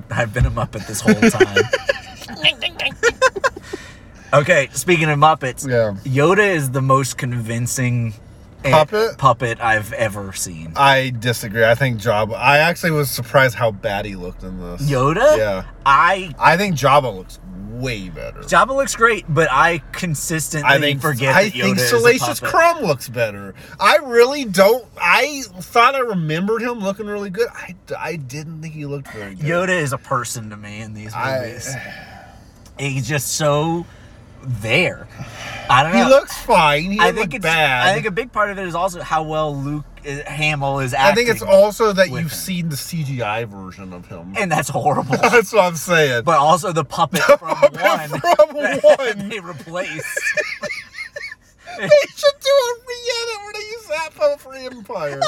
Speaker 2: I've been a Muppet this whole time. okay, speaking of Muppets,
Speaker 1: Yeah.
Speaker 2: Yoda is the most convincing eh,
Speaker 1: Puppet?
Speaker 2: puppet I've ever seen.
Speaker 1: I disagree. I think Jabba. I actually was surprised how bad he looked in this.
Speaker 2: Yoda?
Speaker 1: Yeah.
Speaker 2: I
Speaker 1: I think Jabba looks way better.
Speaker 2: Jabba looks great, but I consistently forget
Speaker 1: I
Speaker 2: that Yoda
Speaker 1: think
Speaker 2: is a
Speaker 1: Salacious
Speaker 2: puppet.
Speaker 1: Crumb looks better. I really don't. I thought I remembered him looking really good. I, I didn't think he looked very good.
Speaker 2: Yoda is a person to me in these
Speaker 1: I-
Speaker 2: movies. He's just so there. I don't
Speaker 1: he
Speaker 2: know.
Speaker 1: looks fine. He
Speaker 2: I
Speaker 1: didn't
Speaker 2: think
Speaker 1: look
Speaker 2: it's.
Speaker 1: bad.
Speaker 2: I think a big part of it is also how well Luke is, Hamill is
Speaker 1: I
Speaker 2: acting.
Speaker 1: think it's also that
Speaker 2: with
Speaker 1: you've
Speaker 2: him.
Speaker 1: seen the CGI version of him.
Speaker 2: and that's horrible.
Speaker 1: That's what I'm saying.
Speaker 2: but also the puppet from one
Speaker 1: From
Speaker 2: that
Speaker 1: one,
Speaker 2: they replaced.
Speaker 1: they should do a re-edit where they use that puppet for Empire.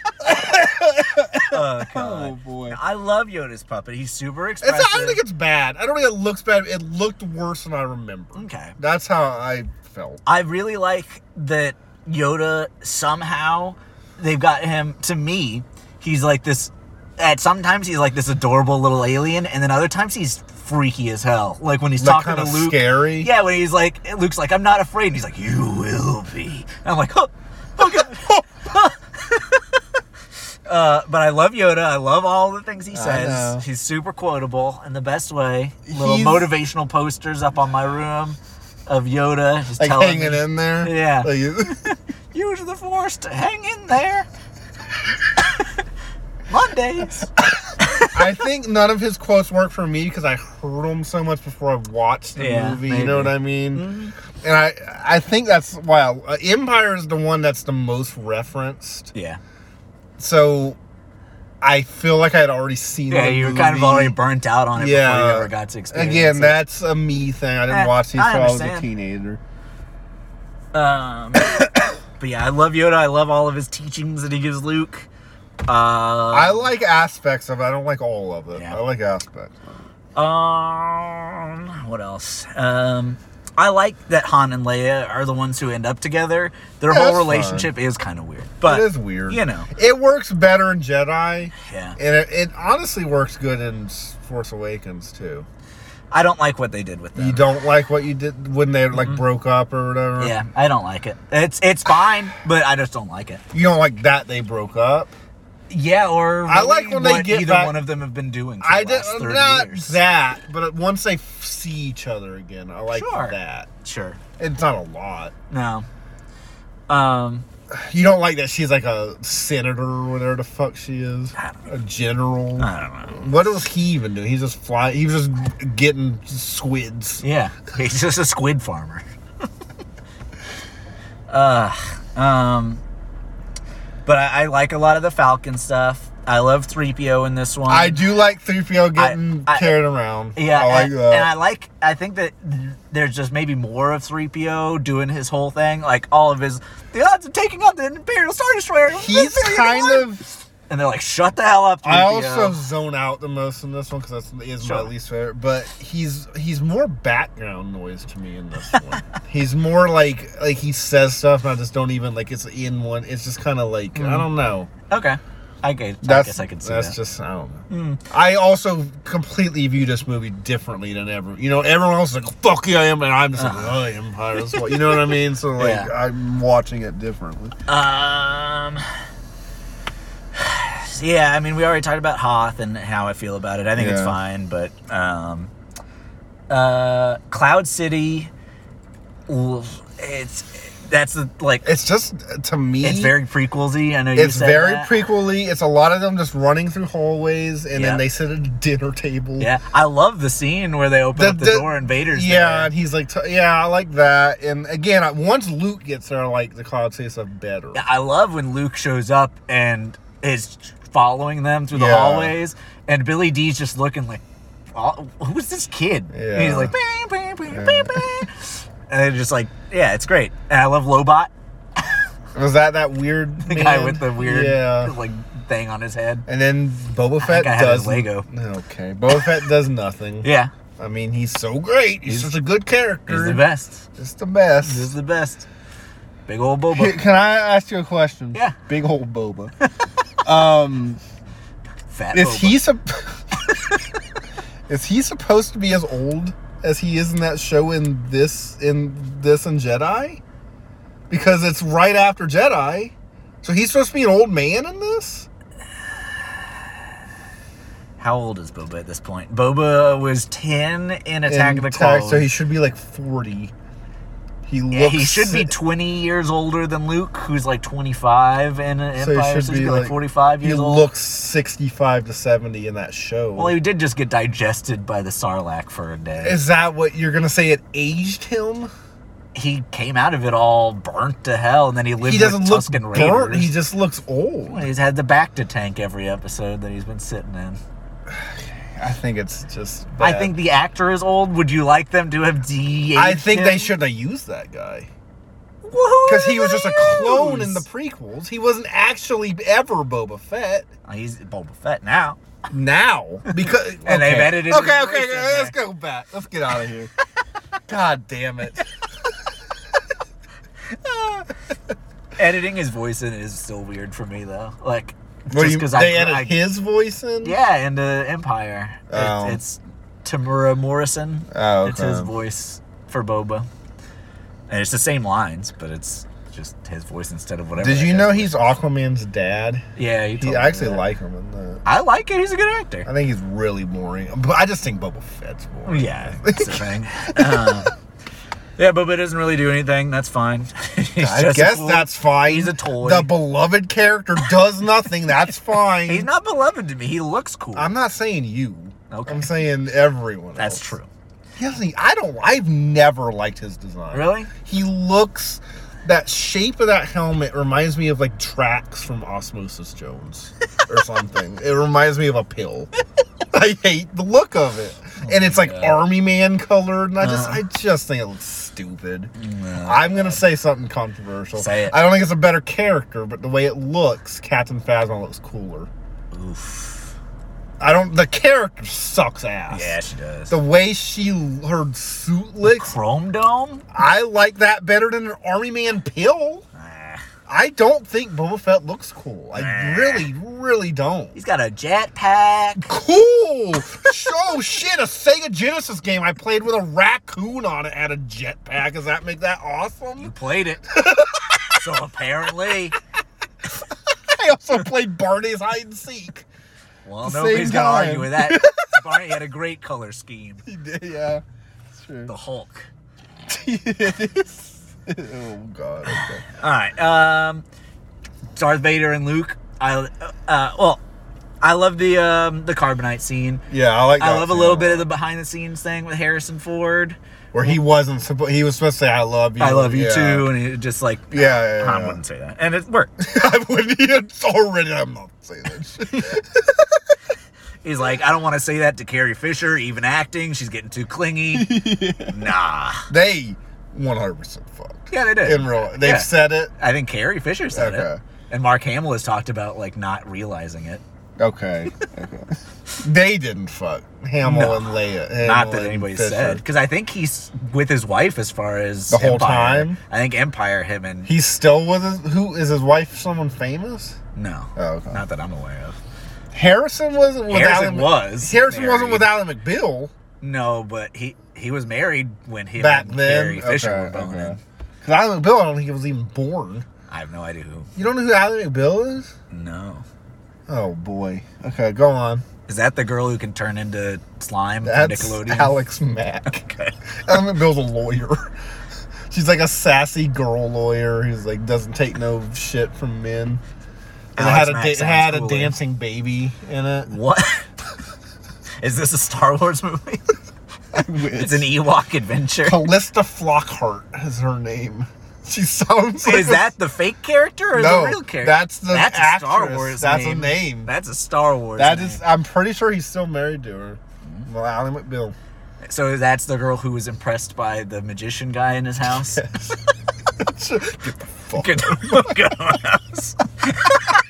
Speaker 2: Oh,
Speaker 1: oh
Speaker 2: God.
Speaker 1: boy.
Speaker 2: I love Yoda's puppet. He's super
Speaker 1: It's,
Speaker 2: expressive.
Speaker 1: I don't think it's bad. I don't think it looks bad. It looked worse than I remember.
Speaker 2: okay.
Speaker 1: That's how I felt.
Speaker 2: I really like that Yoda somehow they've got him to me. He's like this at sometimes he's like this adorable little alien and then other times he's freaky as hell. Like when he's
Speaker 1: Like
Speaker 2: talking
Speaker 1: kind
Speaker 2: to
Speaker 1: of
Speaker 2: Luke.
Speaker 1: scary.
Speaker 2: Yeah, when he's like Luke's like I'm not afraid and he's like you will be. And I'm like, "Oh, oh God." Uh, but I love Yoda. I love all the things he
Speaker 1: know.
Speaker 2: says. He's super quotable in the best way. Little
Speaker 1: He's-
Speaker 2: motivational posters up on my room of Yoda. Just
Speaker 1: like
Speaker 2: telling
Speaker 1: hanging
Speaker 2: me-
Speaker 1: in there.
Speaker 2: Yeah.
Speaker 1: Like,
Speaker 2: Use the force to hang in there. Mondays.
Speaker 1: I think none of his quotes work for me because I heard them so much before I watched the
Speaker 2: Yeah,
Speaker 1: movie. You
Speaker 2: maybe. Mm-hmm.
Speaker 1: know what I mean? And I, I think that's why uh, Empire is the one that's the most referenced.
Speaker 2: Yeah.
Speaker 1: So I feel like I had already seen.
Speaker 2: Yeah,
Speaker 1: the
Speaker 2: you were kind of
Speaker 1: movie.
Speaker 2: already burnt out on it before
Speaker 1: Yeah.
Speaker 2: you ever got to experience
Speaker 1: Again,
Speaker 2: it.
Speaker 1: that's a me thing. I didn't
Speaker 2: Eh,
Speaker 1: watch these
Speaker 2: I
Speaker 1: until I was a
Speaker 2: understand.
Speaker 1: teenager.
Speaker 2: Um, but yeah, I love Yoda. I love all of his teachings that he gives Luke.
Speaker 1: I
Speaker 2: Uh,
Speaker 1: like aspects of it. I don't like all of it.
Speaker 2: Yeah.
Speaker 1: I like aspects.
Speaker 2: um, what else? Um, I like that Han and Leia are the ones who end up together. Their
Speaker 1: Yeah,
Speaker 2: whole
Speaker 1: that's fine.
Speaker 2: relationship is kind of weird, but
Speaker 1: it is weird.
Speaker 2: You know,
Speaker 1: It works better in Jedi.
Speaker 2: yeah.
Speaker 1: And it, it honestly works good in S- Force Awakens too.
Speaker 2: I don't like what they did with them.
Speaker 1: You don't like what you did when they like broke up or whatever.
Speaker 2: Mm-hmm. Yeah, I don't like it. It's it's fine, but I just don't like it.
Speaker 1: You don't like that they broke up.
Speaker 2: Yeah, or
Speaker 1: I like
Speaker 2: really
Speaker 1: when they
Speaker 2: what
Speaker 1: get
Speaker 2: either
Speaker 1: back-
Speaker 2: one of them have been doing. For
Speaker 1: I
Speaker 2: the
Speaker 1: did
Speaker 2: last 30
Speaker 1: not
Speaker 2: years.
Speaker 1: that, but once they f- see each other again, I like
Speaker 2: Sure.
Speaker 1: that.
Speaker 2: Sure.
Speaker 1: It's not a lot.
Speaker 2: No. Um.
Speaker 1: You don't like that she's like a senator or whatever the fuck she is, a general.
Speaker 2: I don't know.
Speaker 1: What was he even doing? He's just flying. He was just getting squids.
Speaker 2: Yeah, he's just a squid farmer. uh, um, but I, I like a lot of the Falcon stuff. I love 3PO in this one.
Speaker 1: I do like 3PO getting
Speaker 2: I- I-
Speaker 1: carried around.
Speaker 2: Yeah,
Speaker 1: I like
Speaker 2: and,
Speaker 1: that.
Speaker 2: and I like. I think that there's just maybe more of 3PO doing his whole thing, like all of his the odds of taking on the Imperial Star Destroyer.
Speaker 1: He's kind of.
Speaker 2: and they're like, "Shut the hell up!" 3PO.
Speaker 1: I also zone out the most in this one because that's is
Speaker 2: Sure.
Speaker 1: my least favorite. But he's he's more background noise to me in this one. he's more like like he says stuff and I just don't even like it's in one. It's just kind of like I don't know.
Speaker 2: okay. I, get, Mm. I
Speaker 1: That's,
Speaker 2: guess I can see
Speaker 1: that's
Speaker 2: that. Mm.
Speaker 1: just I don't know. I also completely view this movie differently than ever. You know, everyone else is like fuck yeah, I am, and I'm just like oh, I am high as well. You know what I mean? So like
Speaker 2: Uh. Yeah.
Speaker 1: I'm watching it differently.
Speaker 2: Um. Yeah, I mean, we already talked about Hoth and how I feel about it. I think it's
Speaker 1: Yeah.
Speaker 2: fine, but um, uh, Cloud City, ooh, it's that's the, like
Speaker 1: It's just to me.
Speaker 2: it's very prequelsy. I know you
Speaker 1: It's
Speaker 2: said
Speaker 1: very
Speaker 2: that.
Speaker 1: prequely. It's a lot of them just running through hallways, and
Speaker 2: Yeah.
Speaker 1: then they sit at a dinner table.
Speaker 2: Yeah, I love the scene where they open
Speaker 1: The-
Speaker 2: up the,
Speaker 1: the-
Speaker 2: door and Vader's
Speaker 1: Yeah,
Speaker 2: there.
Speaker 1: and he's like, t- yeah, I like that. And again, I- once Luke gets there, I like the Cloud City stuff better.
Speaker 2: Yeah, I love when Luke shows up and is following them through the
Speaker 1: Yeah.
Speaker 2: hallways, and Billy D's just looking like, "Oh, "Who's this kid?" And he's
Speaker 1: Yeah.
Speaker 2: like, "Bang, bang, bang, bang, bang," and they're just like, "Yeah, it's great." And I love Lobot,
Speaker 1: Was that that weird
Speaker 2: the guy
Speaker 1: man?
Speaker 2: with the weird
Speaker 1: Yeah.
Speaker 2: like thing on his head.
Speaker 1: And then Boba Fett
Speaker 2: I had his
Speaker 1: does
Speaker 2: Lego.
Speaker 1: Okay, Boba Fett does nothing.
Speaker 2: Yeah,
Speaker 1: I mean, he's so great. He's, such a good character.
Speaker 2: he's the best.
Speaker 1: Just the best.
Speaker 2: This is the best. Big old
Speaker 1: Hey,
Speaker 2: Boba,
Speaker 1: Can I ask you a question?
Speaker 2: Yeah.
Speaker 1: Big old Boba. um.
Speaker 2: fat
Speaker 1: Is
Speaker 2: Boba.
Speaker 1: he sup- Is he supposed to be as old as he is in that show in this in this and Jedi? Because it's right after Jedi. So he's supposed to be an old man in this?
Speaker 2: How old is Boba at this point? Boba was ten in Attack
Speaker 1: In
Speaker 2: of the
Speaker 1: Attack-
Speaker 2: Clones.
Speaker 1: So he should be like 40. He looks
Speaker 2: Yeah, he should be
Speaker 1: si-
Speaker 2: 20 years older than Luke, who's like 25 in an
Speaker 1: so he
Speaker 2: Empire,
Speaker 1: should
Speaker 2: so he
Speaker 1: be
Speaker 2: like, 45
Speaker 1: He
Speaker 2: years old.
Speaker 1: looks 65 to 70 in that show.
Speaker 2: well, he did just get digested by the Sarlacc for a day.
Speaker 1: is that what you're going to say it aged him?
Speaker 2: he came out of it all burnt to hell, and then he lived
Speaker 1: He doesn't
Speaker 2: with
Speaker 1: look
Speaker 2: Tusken
Speaker 1: burnt.
Speaker 2: Raiders.
Speaker 1: He just looks old.
Speaker 2: Well, he's had the back to tank every episode that he's been sitting in.
Speaker 1: I think it's just.
Speaker 2: I
Speaker 1: bad.
Speaker 2: think the actor is old. Would you like them to have de
Speaker 1: I think they should have used that guy because he was just a clone in the prequels. He wasn't actually ever Boba Fett.
Speaker 2: He's Boba Fett now.
Speaker 1: Now, because
Speaker 2: And they've edited his
Speaker 1: Okay,
Speaker 2: voice
Speaker 1: okay,
Speaker 2: in
Speaker 1: okay let's go back. Let's get out of here. God damn it!
Speaker 2: Editing his voice in is still weird for me, though. Like,
Speaker 1: What do
Speaker 2: just
Speaker 1: you-
Speaker 2: because I,
Speaker 1: they edit
Speaker 2: I
Speaker 1: his voice in.
Speaker 2: Yeah, and the Empire. It-
Speaker 1: Oh.
Speaker 2: It's Tamura Morrison.
Speaker 1: Oh,
Speaker 2: It's his
Speaker 1: okay.
Speaker 2: voice for Boba. And it's the same lines, but it's just his voice instead of whatever.
Speaker 1: Did
Speaker 2: I
Speaker 1: you
Speaker 2: guess.
Speaker 1: know he's Aquaman's dad?
Speaker 2: Yeah, you told
Speaker 1: He
Speaker 2: me
Speaker 1: I actually
Speaker 2: that.
Speaker 1: like him in that.
Speaker 2: I like it. He's a good actor.
Speaker 1: I think he's really boring, but I just think Boba Fett's boring.
Speaker 2: Yeah, that's the thing. Um, yeah, Boba doesn't really do anything. That's fine. He's
Speaker 1: I
Speaker 2: just a
Speaker 1: guess
Speaker 2: cool-
Speaker 1: that's fine.
Speaker 2: He's a toy.
Speaker 1: The beloved character does nothing. That's fine.
Speaker 2: He's not beloved to me. He looks cool.
Speaker 1: I'm not saying you.
Speaker 2: Okay.
Speaker 1: I'm saying everyone.
Speaker 2: that's
Speaker 1: else.
Speaker 2: true.
Speaker 1: He doesn't. e, I don't. I've never liked his design.
Speaker 2: Really?
Speaker 1: He looks. That shape of that helmet reminds me of like tracks from Osmosis Jones or something. it reminds me of a pill. I hate the look of it, and it's like
Speaker 2: Oh God.
Speaker 1: Army Man colored. And I just,
Speaker 2: Uh.
Speaker 1: I just think it looks stupid.
Speaker 2: No.
Speaker 1: I'm gonna say something controversial.
Speaker 2: Say it.
Speaker 1: I don't think it's a better character, but the way it looks, Captain Phasma looks cooler.
Speaker 2: Oof.
Speaker 1: I don't. The character sucks ass.
Speaker 2: Yeah, she does.
Speaker 1: The way she her suit licks,
Speaker 2: Chrome Dome?
Speaker 1: I like that better than an Army Man pill.
Speaker 2: Ah.
Speaker 1: I don't think Boba Fett looks cool. I
Speaker 2: Nah.
Speaker 1: really, really don't.
Speaker 2: He's got a jetpack.
Speaker 1: Cool. oh shit! A Sega Genesis game I played with a raccoon on it had a jetpack. Does that make that
Speaker 2: You
Speaker 1: awesome?
Speaker 2: played it. so apparently,
Speaker 1: I also played Barney's hide and seek. the
Speaker 2: Well,
Speaker 1: same
Speaker 2: nobody's gonna
Speaker 1: time.
Speaker 2: argue with that. Barney had a great color scheme.
Speaker 1: He did, yeah. It's true.
Speaker 2: The Hulk.
Speaker 1: oh god. Okay.
Speaker 2: All right. Um, Darth Vader and Luke. I uh, uh, well, I love the um, the carbonite scene.
Speaker 1: Yeah, I like.
Speaker 2: I
Speaker 1: that
Speaker 2: love a
Speaker 1: scene
Speaker 2: little
Speaker 1: lot.
Speaker 2: bit of the behind the scenes thing with Harrison Ford.
Speaker 1: where he wasn't supposed. He was supposed to say, "I love you."
Speaker 2: I love you
Speaker 1: Oh, yeah.
Speaker 2: too, and it just like
Speaker 1: Yeah, yeah, yeah.
Speaker 2: I wouldn't say that, and it worked.
Speaker 1: I wouldn't. It's already. I'm not saying that. Shit.
Speaker 2: He's like, I don't want to say that to Carrie Fisher, even acting. She's getting too clingy. Nah.
Speaker 1: they 100 percent fucked.
Speaker 2: Yeah, they did.
Speaker 1: In real, they've
Speaker 2: Yeah.
Speaker 1: said it.
Speaker 2: I think Carrie Fisher said it,
Speaker 1: Okay.
Speaker 2: and Mark Hamill has talked about like not realizing it.
Speaker 1: Okay. okay. they didn't fuck Hamill
Speaker 2: No.
Speaker 1: and Leia. Hamill
Speaker 2: Not that
Speaker 1: and
Speaker 2: anybody
Speaker 1: Fisher.
Speaker 2: said, because I think he's with his wife as far as
Speaker 1: The whole
Speaker 2: Empire.
Speaker 1: time?
Speaker 2: I think Empire, him and
Speaker 1: He's still with his. Who is his wife? Someone famous?
Speaker 2: no,
Speaker 1: Oh, okay.
Speaker 2: not that I'm aware of.
Speaker 1: Harrison wasn't with
Speaker 2: Harrison
Speaker 1: Alan Mc-
Speaker 2: was
Speaker 1: Harrison wasn't
Speaker 2: married.
Speaker 1: with Alan McBill
Speaker 2: No, but he he was married when him
Speaker 1: back
Speaker 2: and
Speaker 1: then.
Speaker 2: Carrie Fisher
Speaker 1: okay,
Speaker 2: were boning.
Speaker 1: okay. 'Cause Alan McBill, I don't think he was even born.
Speaker 2: I have no idea who.
Speaker 1: You don't know who Alan McBill is?
Speaker 2: No,
Speaker 1: Oh boy. Okay, go on.
Speaker 2: is that the girl who can turn into slime? from
Speaker 1: That's
Speaker 2: Nickelodeon.
Speaker 1: Alex Mack.
Speaker 2: Okay.
Speaker 1: Alan McBill's a lawyer. She's like a sassy girl lawyer who's like doesn't take no shit from men. And it had
Speaker 2: Alex
Speaker 1: a
Speaker 2: Mack
Speaker 1: da- it
Speaker 2: sounds
Speaker 1: had a
Speaker 2: cooler.
Speaker 1: dancing baby in it.
Speaker 2: What? Is this a Star Wars movie? it's an e- Ewok adventure.
Speaker 1: Callista Flockhart is her name. She sounds like
Speaker 2: Is
Speaker 1: a-
Speaker 2: that the fake character or
Speaker 1: No,
Speaker 2: the real character?
Speaker 1: that's the
Speaker 2: that's a Star
Speaker 1: actress.
Speaker 2: Wars.
Speaker 1: That's a
Speaker 2: name.
Speaker 1: name.
Speaker 2: That's a Star Wars.
Speaker 1: That
Speaker 2: name.
Speaker 1: is, I'm pretty sure he's still married to her. Well, Alan McBill.
Speaker 2: So that's the girl who was impressed by the magician guy in his house. Good- Good house.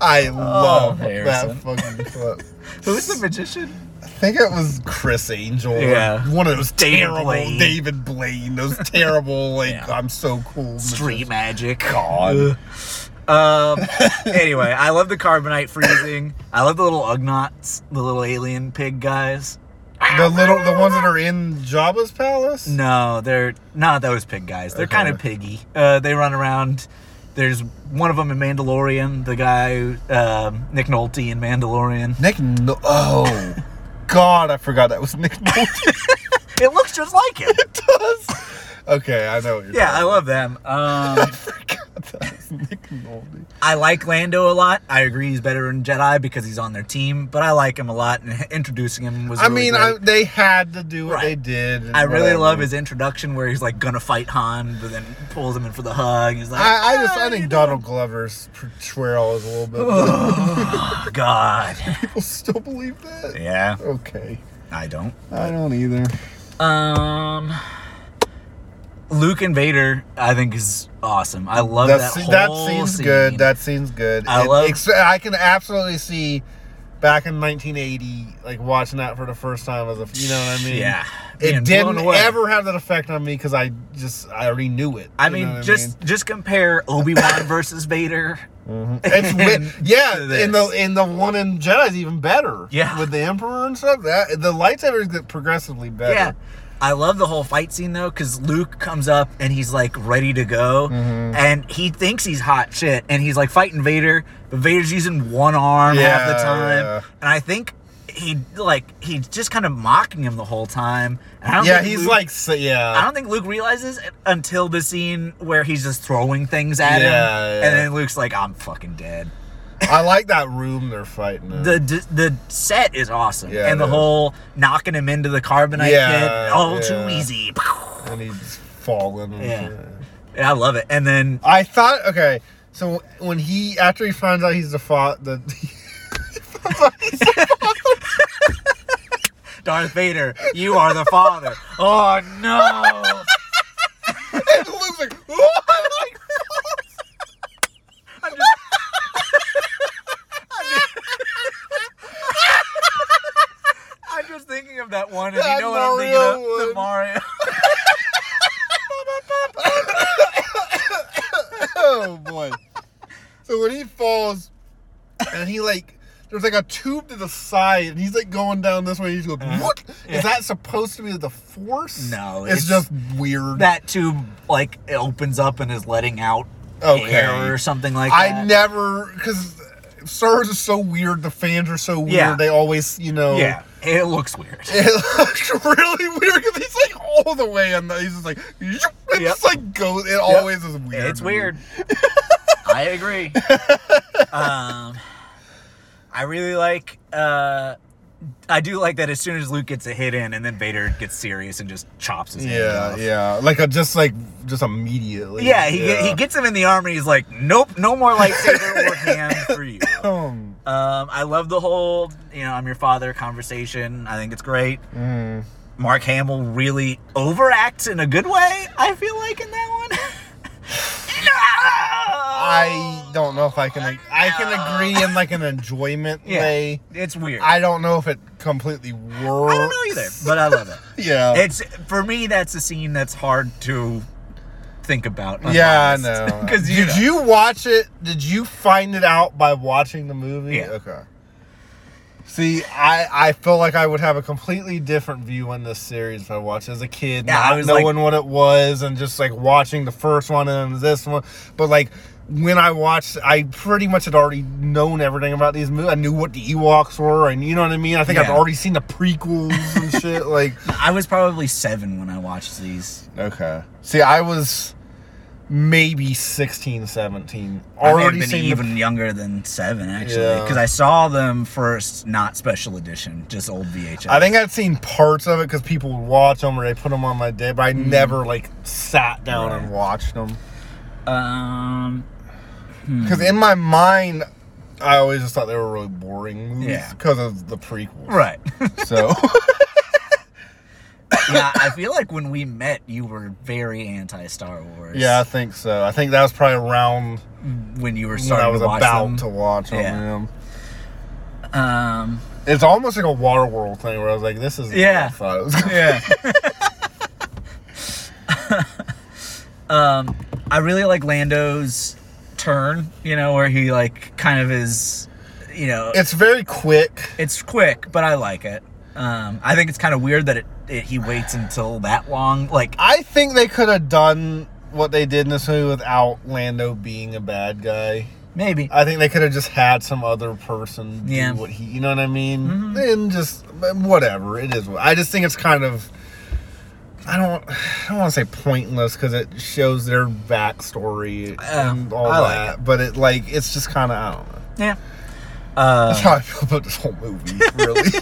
Speaker 1: I love
Speaker 2: Oh, Harrison.
Speaker 1: that fucking clip.
Speaker 2: Who's the magician?
Speaker 1: I think it was Chris Angel.
Speaker 2: Yeah.
Speaker 1: One of those
Speaker 2: David
Speaker 1: terrible
Speaker 2: Blaine.
Speaker 1: David Blaine. Those terrible, like,
Speaker 2: Yeah.
Speaker 1: I'm so cool.
Speaker 2: Street
Speaker 1: magicians.
Speaker 2: magic.
Speaker 1: God.
Speaker 2: Um. anyway, I love the carbonite freezing. I love the little ugnots, the little alien pig guys.
Speaker 1: The little, the ones that are in Jabba's palace?
Speaker 2: No, they're not those pig guys. They're
Speaker 1: Okay.
Speaker 2: kind of piggy. Uh, they run around. There's one of them in Mandalorian, the guy, um, Nick Nolte in Mandalorian.
Speaker 1: Nick, no- oh. God, I forgot that was Nick Nolte.
Speaker 2: It looks just like him.
Speaker 1: okay, I know what you're
Speaker 2: Yeah, I love them. Um,
Speaker 1: talking about. That was Nick Nolte.
Speaker 2: I like Lando a lot. I agree he's better in Jedi because he's on their team, but I like him a lot, and introducing him was.
Speaker 1: I
Speaker 2: really
Speaker 1: mean,
Speaker 2: great.
Speaker 1: I, they had to do what
Speaker 2: Right.
Speaker 1: they did. and
Speaker 2: I really
Speaker 1: whatever.
Speaker 2: love his introduction where he's like gonna fight Han, but then pulls him in for the hug. He's like,
Speaker 1: I, I just,
Speaker 2: "Ah,
Speaker 1: I think
Speaker 2: you
Speaker 1: Donald Glover's portrayal is a little
Speaker 2: know." God.
Speaker 1: bit. People still believe that.
Speaker 2: yeah,
Speaker 1: Okay,
Speaker 2: I don't.
Speaker 1: I don't either.
Speaker 2: Um, Luke and Vader, I think is awesome. I love
Speaker 1: That,
Speaker 2: that.
Speaker 1: se-
Speaker 2: whole
Speaker 1: that seems good.
Speaker 2: scene.
Speaker 1: That seems good.
Speaker 2: I love-
Speaker 1: ex- I can absolutely see back in 1980, like watching that for the first time as a, you know what I mean?
Speaker 2: yeah, being
Speaker 1: It
Speaker 2: blown
Speaker 1: didn't
Speaker 2: away.
Speaker 1: ever have that effect on me because I just I already knew it.
Speaker 2: I
Speaker 1: you know
Speaker 2: mean,
Speaker 1: what
Speaker 2: just just compare Obi Wan versus Vader.
Speaker 1: It's weird. yeah,
Speaker 2: to
Speaker 1: and the
Speaker 2: this.
Speaker 1: and the one in Jedi's even better.
Speaker 2: Yeah.
Speaker 1: with the Emperor and stuff. That the lightsabers get progressively better.
Speaker 2: Yeah. I love the whole fight scene though, because Luke comes up and he's like ready to go,
Speaker 1: Mm-hmm.
Speaker 2: and he thinks he's hot shit, and he's like fighting Vader, but Vader's using one arm half the
Speaker 1: Yeah,
Speaker 2: time,
Speaker 1: yeah.
Speaker 2: and I think he like he's just kind of mocking him the whole time. And I don't
Speaker 1: yeah,
Speaker 2: think
Speaker 1: he's
Speaker 2: Luke-
Speaker 1: like so,
Speaker 2: I
Speaker 1: yeah.
Speaker 2: don't think Luke realizes it until the scene where he's just throwing things at him,
Speaker 1: Yeah, yeah.
Speaker 2: and then Luke's like, "I'm fucking dead."
Speaker 1: I like that room they're fighting. In.
Speaker 2: the d- the set is awesome,
Speaker 1: Yeah,
Speaker 2: and
Speaker 1: it is.
Speaker 2: the whole knocking him into the carbonite
Speaker 1: Yeah,
Speaker 2: pit, all too
Speaker 1: yeah.
Speaker 2: easy.
Speaker 1: and he's falling. and
Speaker 2: Yeah.
Speaker 1: shit.
Speaker 2: Yeah, I love it. And then
Speaker 1: I thought okay. So when he after he finds out he's the fa- the
Speaker 2: Darth Vader, you are the father. oh no!
Speaker 1: and Luke's like, "Whoa," like,
Speaker 2: I'm just- I'm just thinking of that one, and
Speaker 1: That
Speaker 2: you know what I'm thinking
Speaker 1: Mario
Speaker 2: of? The
Speaker 1: one.
Speaker 2: Mario.
Speaker 1: oh boy. So when he falls, and he like, there's like a tube to the side, and he's like going down this way. He's going, what? Is that supposed to be the force?
Speaker 2: Uh-huh. No,
Speaker 1: it's,
Speaker 2: it's-
Speaker 1: just weird.
Speaker 2: that tube like it opens up and is letting out
Speaker 1: Okay.
Speaker 2: hair or something like that.
Speaker 1: I never because Sirs is so weird. The fans are so weird.
Speaker 2: Yeah.
Speaker 1: They always, you know,
Speaker 2: Yeah, it looks weird.
Speaker 1: It looks really weird because he's like all the way in. The, he's just like, it's
Speaker 2: Yep.
Speaker 1: like goes. It always is weird.
Speaker 2: It's
Speaker 1: to me.
Speaker 2: weird. I agree. um, I really like. Uh, I do like that as soon as Luke gets a hit in, and then Vader gets serious and just chops his hand
Speaker 1: Yeah,
Speaker 2: off.
Speaker 1: yeah. Like a, just like just immediately.
Speaker 2: Yeah, he, get- he gets him in the arm, and he's like, "Nope, no more lightsaber or hand for you."
Speaker 1: Um,
Speaker 2: Um, I love the whole, you know, I'm your father conversation. I think it's great.
Speaker 1: mm.
Speaker 2: Mark Hamill really overacts in a good way. I feel like in that one. no!
Speaker 1: I don't know if I can. I can agree in like an enjoyment
Speaker 2: Yeah.
Speaker 1: way.
Speaker 2: It's weird. I,
Speaker 1: I don't know if it completely works.
Speaker 2: don't know either, but I love it.
Speaker 1: Yeah.
Speaker 2: It's for me. That's a scene that's hard to think about.
Speaker 1: yeah, I know.
Speaker 2: Because you,
Speaker 1: did
Speaker 2: know,
Speaker 1: you watch it? Did you find it out by watching the movie?
Speaker 2: Yeah.
Speaker 1: Okay. See, I I feel like I would have a completely different view on this series if I watched it as a kid,
Speaker 2: Yeah, I
Speaker 1: not
Speaker 2: was like-
Speaker 1: knowing what it was, and just like watching the first one and then this one. But like when I watched, I pretty much had already known everything about these movies. I knew what the Ewoks were, and you know what I mean. I think I've
Speaker 2: Yeah.
Speaker 1: already seen the prequels and shit. Like
Speaker 2: I was probably seven when I watched these.
Speaker 1: Okay. See, I was maybe 16, 17.
Speaker 2: I may have
Speaker 1: Already
Speaker 2: been
Speaker 1: seen
Speaker 2: even younger than seven actually,
Speaker 1: Yeah.
Speaker 2: because I saw them first, not special edition, just old VHS.
Speaker 1: The, I think I'd seen parts of it because people would watch them or they put them on my day, but I
Speaker 2: Mm.
Speaker 1: never like sat down and watched them.
Speaker 2: Um,
Speaker 1: Because in my mind, I always just thought they were really boring movies
Speaker 2: Yeah.
Speaker 1: because of the prequels.
Speaker 2: right.
Speaker 1: So
Speaker 2: yeah, I feel like when we met, you were very anti Star Wars.
Speaker 1: yeah, I think so. I think that was probably around
Speaker 2: when you were
Speaker 1: when I
Speaker 2: starting
Speaker 1: was
Speaker 2: to watch
Speaker 1: about
Speaker 2: them.
Speaker 1: to watch them.
Speaker 2: Yeah.
Speaker 1: yeah.
Speaker 2: Um,
Speaker 1: It's almost like a Waterworld thing where I was like, "This is
Speaker 2: Yeah.
Speaker 1: I thought it was gonna
Speaker 2: yeah. um, I really like Lando's turn. You know, where he like kind of is. You know,
Speaker 1: It's very quick.
Speaker 2: it's quick, but I like it. Um, I think it's kind of weird that it, it he waits until that long. Like,
Speaker 1: I think they could have done what they did in this movie without Lando being a bad guy.
Speaker 2: maybe.
Speaker 1: I think they could have just had some other person do
Speaker 2: Yeah. Mm-hmm.
Speaker 1: what he, you know what I mean? And just but whatever it is. what- I just think it's kind of. I don't. I don't want to say pointless because it shows their backstory and all
Speaker 2: I like
Speaker 1: that, but it like it's just kind of I don't know.
Speaker 2: yeah. Uh,
Speaker 1: That's how I feel about this whole movie, really.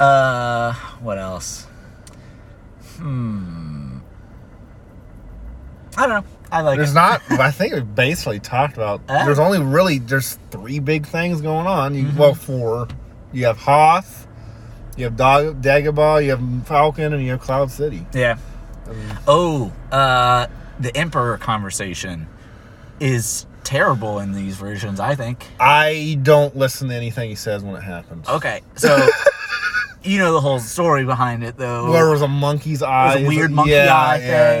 Speaker 2: Uh, what else? Hmm. I don't know. I like
Speaker 1: There's
Speaker 2: it.
Speaker 1: not. I think we basically talked about.
Speaker 2: Ah.
Speaker 1: There's only really there's three big things going on.
Speaker 2: Mm-hmm.
Speaker 1: You, Well, four. You have Hoth, you have Dag- Dagobah, you have Falcon, and you have Cloud City.
Speaker 2: Yeah. Oh, uh, the Emperor conversation is terrible in these versions. I think.
Speaker 1: I don't listen to anything he says when it happens.
Speaker 2: Okay, so you know the whole story behind it, though.
Speaker 1: Where it was a monkey's eye.
Speaker 2: weird monkey eye
Speaker 1: yeah,
Speaker 2: thing.
Speaker 1: Yeah,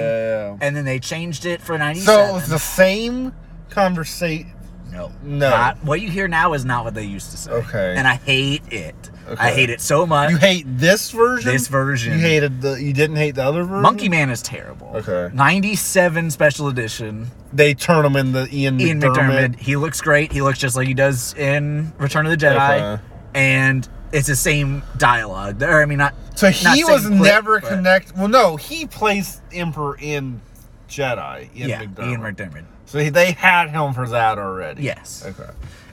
Speaker 1: yeah,
Speaker 2: and then they changed it for
Speaker 1: yeah. So it
Speaker 2: ninety-seven.
Speaker 1: was the same conversation.
Speaker 2: no,
Speaker 1: No.
Speaker 2: Not, what you hear now is not what they used to say.
Speaker 1: Okay.
Speaker 2: And I hate it. I
Speaker 1: Okay.
Speaker 2: hate it so much.
Speaker 1: You hate this version.
Speaker 2: This version.
Speaker 1: You hated the. You didn't hate the other version.
Speaker 2: Monkey Man is terrible.
Speaker 1: Okay.
Speaker 2: 97 special edition.
Speaker 1: They turn him in the Ian
Speaker 2: Ian
Speaker 1: McDermott.
Speaker 2: McDermott. He looks great. He looks just like he does in Return of the Jedi.
Speaker 1: Okay.
Speaker 2: And it's the same dialogue. Or, I mean, not.
Speaker 1: So
Speaker 2: not
Speaker 1: he
Speaker 2: same
Speaker 1: was
Speaker 2: clip,
Speaker 1: never
Speaker 2: but-
Speaker 1: connect. Well, no, he plays Emperor in Jedi. Ian
Speaker 2: Yeah,
Speaker 1: McDermott.
Speaker 2: Ian McDermott.
Speaker 1: so he, they had him for that already.
Speaker 2: Yes.
Speaker 1: Okay.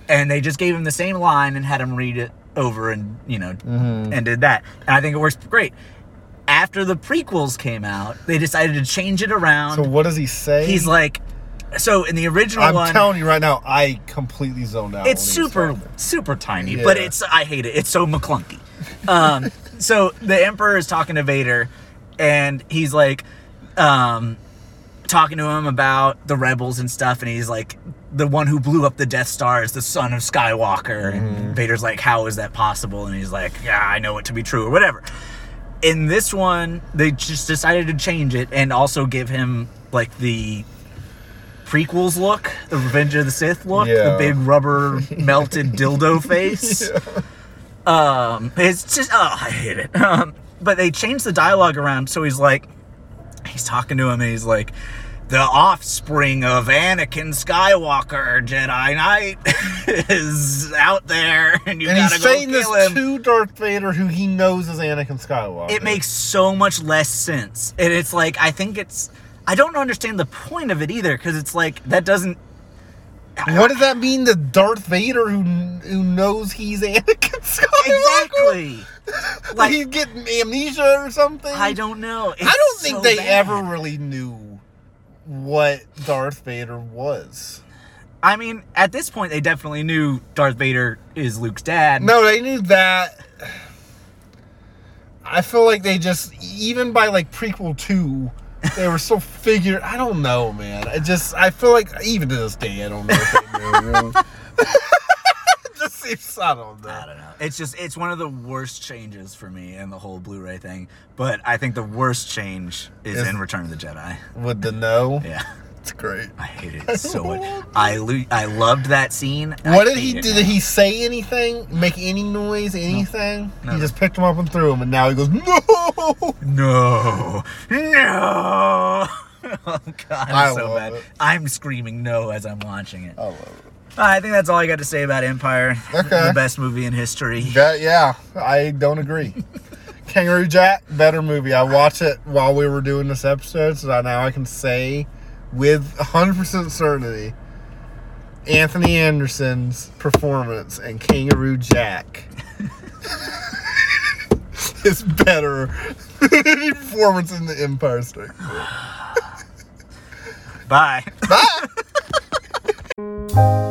Speaker 2: And they just gave him the same line and had him read it over and, you know,
Speaker 1: Mm-hmm.
Speaker 2: and did that. And I think it works great. After the prequels came out, they decided to change it around.
Speaker 1: So what does he say?
Speaker 2: He's like, so in the original
Speaker 1: I'm
Speaker 2: one.
Speaker 1: telling you right now, I completely zoned out.
Speaker 2: It's
Speaker 1: when he was
Speaker 2: super,
Speaker 1: talking.
Speaker 2: super tiny, but
Speaker 1: Yeah.
Speaker 2: it's I hate it. It's so McClunky. Um, so the Emperor is talking to Vader, and he's like, um, talking to him about the rebels and stuff, and he's like, the one who blew up the Death Star is the son of Skywalker. And Vader's like, how is that possible? And he's like, yeah, I know it to be true, or whatever. In this one, they just decided to change it and also give him like the prequels look, the Revenge of the Sith look, the
Speaker 1: Yeah.
Speaker 2: big rubber melted dildo face. Um, it's just oh, I hate it. Um, but they changed the dialogue around, so he's like, he's talking to him, and he's like, the offspring of Anakin Skywalker, Jedi Knight, is out there, and you
Speaker 1: and
Speaker 2: gotta
Speaker 1: he's saying
Speaker 2: go
Speaker 1: this
Speaker 2: kill him.
Speaker 1: to Darth Vader, who he knows is Anakin Skywalker.
Speaker 2: it makes so much less sense. And it's like I think it's I don't understand the point of it either because it's like that doesn't
Speaker 1: What does that mean to Darth Vader, who who knows he's Anakin Skywalker?
Speaker 2: exactly
Speaker 1: Like
Speaker 2: like
Speaker 1: he's getting amnesia or something.
Speaker 2: I don't know.
Speaker 1: I don't
Speaker 2: It's
Speaker 1: think
Speaker 2: so
Speaker 1: they
Speaker 2: bad.
Speaker 1: ever really knew what Darth Vader was.
Speaker 2: I mean, at this point, they definitely knew Darth Vader is Luke's dad.
Speaker 1: No, they knew that. I feel like they just even by like prequel two, they were so figured. I don't know, man. I just I feel like even to this day, I don't know. If they knew. It just seems I don't
Speaker 2: I
Speaker 1: know.
Speaker 2: don't know. It's just it's one of the worst changes for me in the whole Blu-ray thing. But I think the worst change is
Speaker 1: Is-
Speaker 2: in Return of the Jedi.
Speaker 1: With the no,
Speaker 2: Yeah,
Speaker 1: it's great.
Speaker 2: I hate it so much. I lo- I loved that scene. I
Speaker 1: What did
Speaker 2: hate
Speaker 1: he
Speaker 2: it
Speaker 1: did?
Speaker 2: now.
Speaker 1: He say anything? Make any noise? Anything?
Speaker 2: No.
Speaker 1: He just picked him up and threw him, and now he goes no.
Speaker 2: No, no. Oh god, I'm
Speaker 1: I
Speaker 2: so
Speaker 1: love
Speaker 2: bad.
Speaker 1: it.
Speaker 2: I'm screaming no as I'm watching it.
Speaker 1: I love it.
Speaker 2: I think that's all I got to say about Empire.
Speaker 1: Okay.
Speaker 2: The best movie in history.
Speaker 1: That, yeah, I don't agree. Kangaroo Jack, better movie. I watched it while we were doing this episode, so that now I can say with 100% certainty Anthony Anderson's performance in Kangaroo Jack is better than any performance in The Empire State.
Speaker 2: Bye.
Speaker 1: Bye!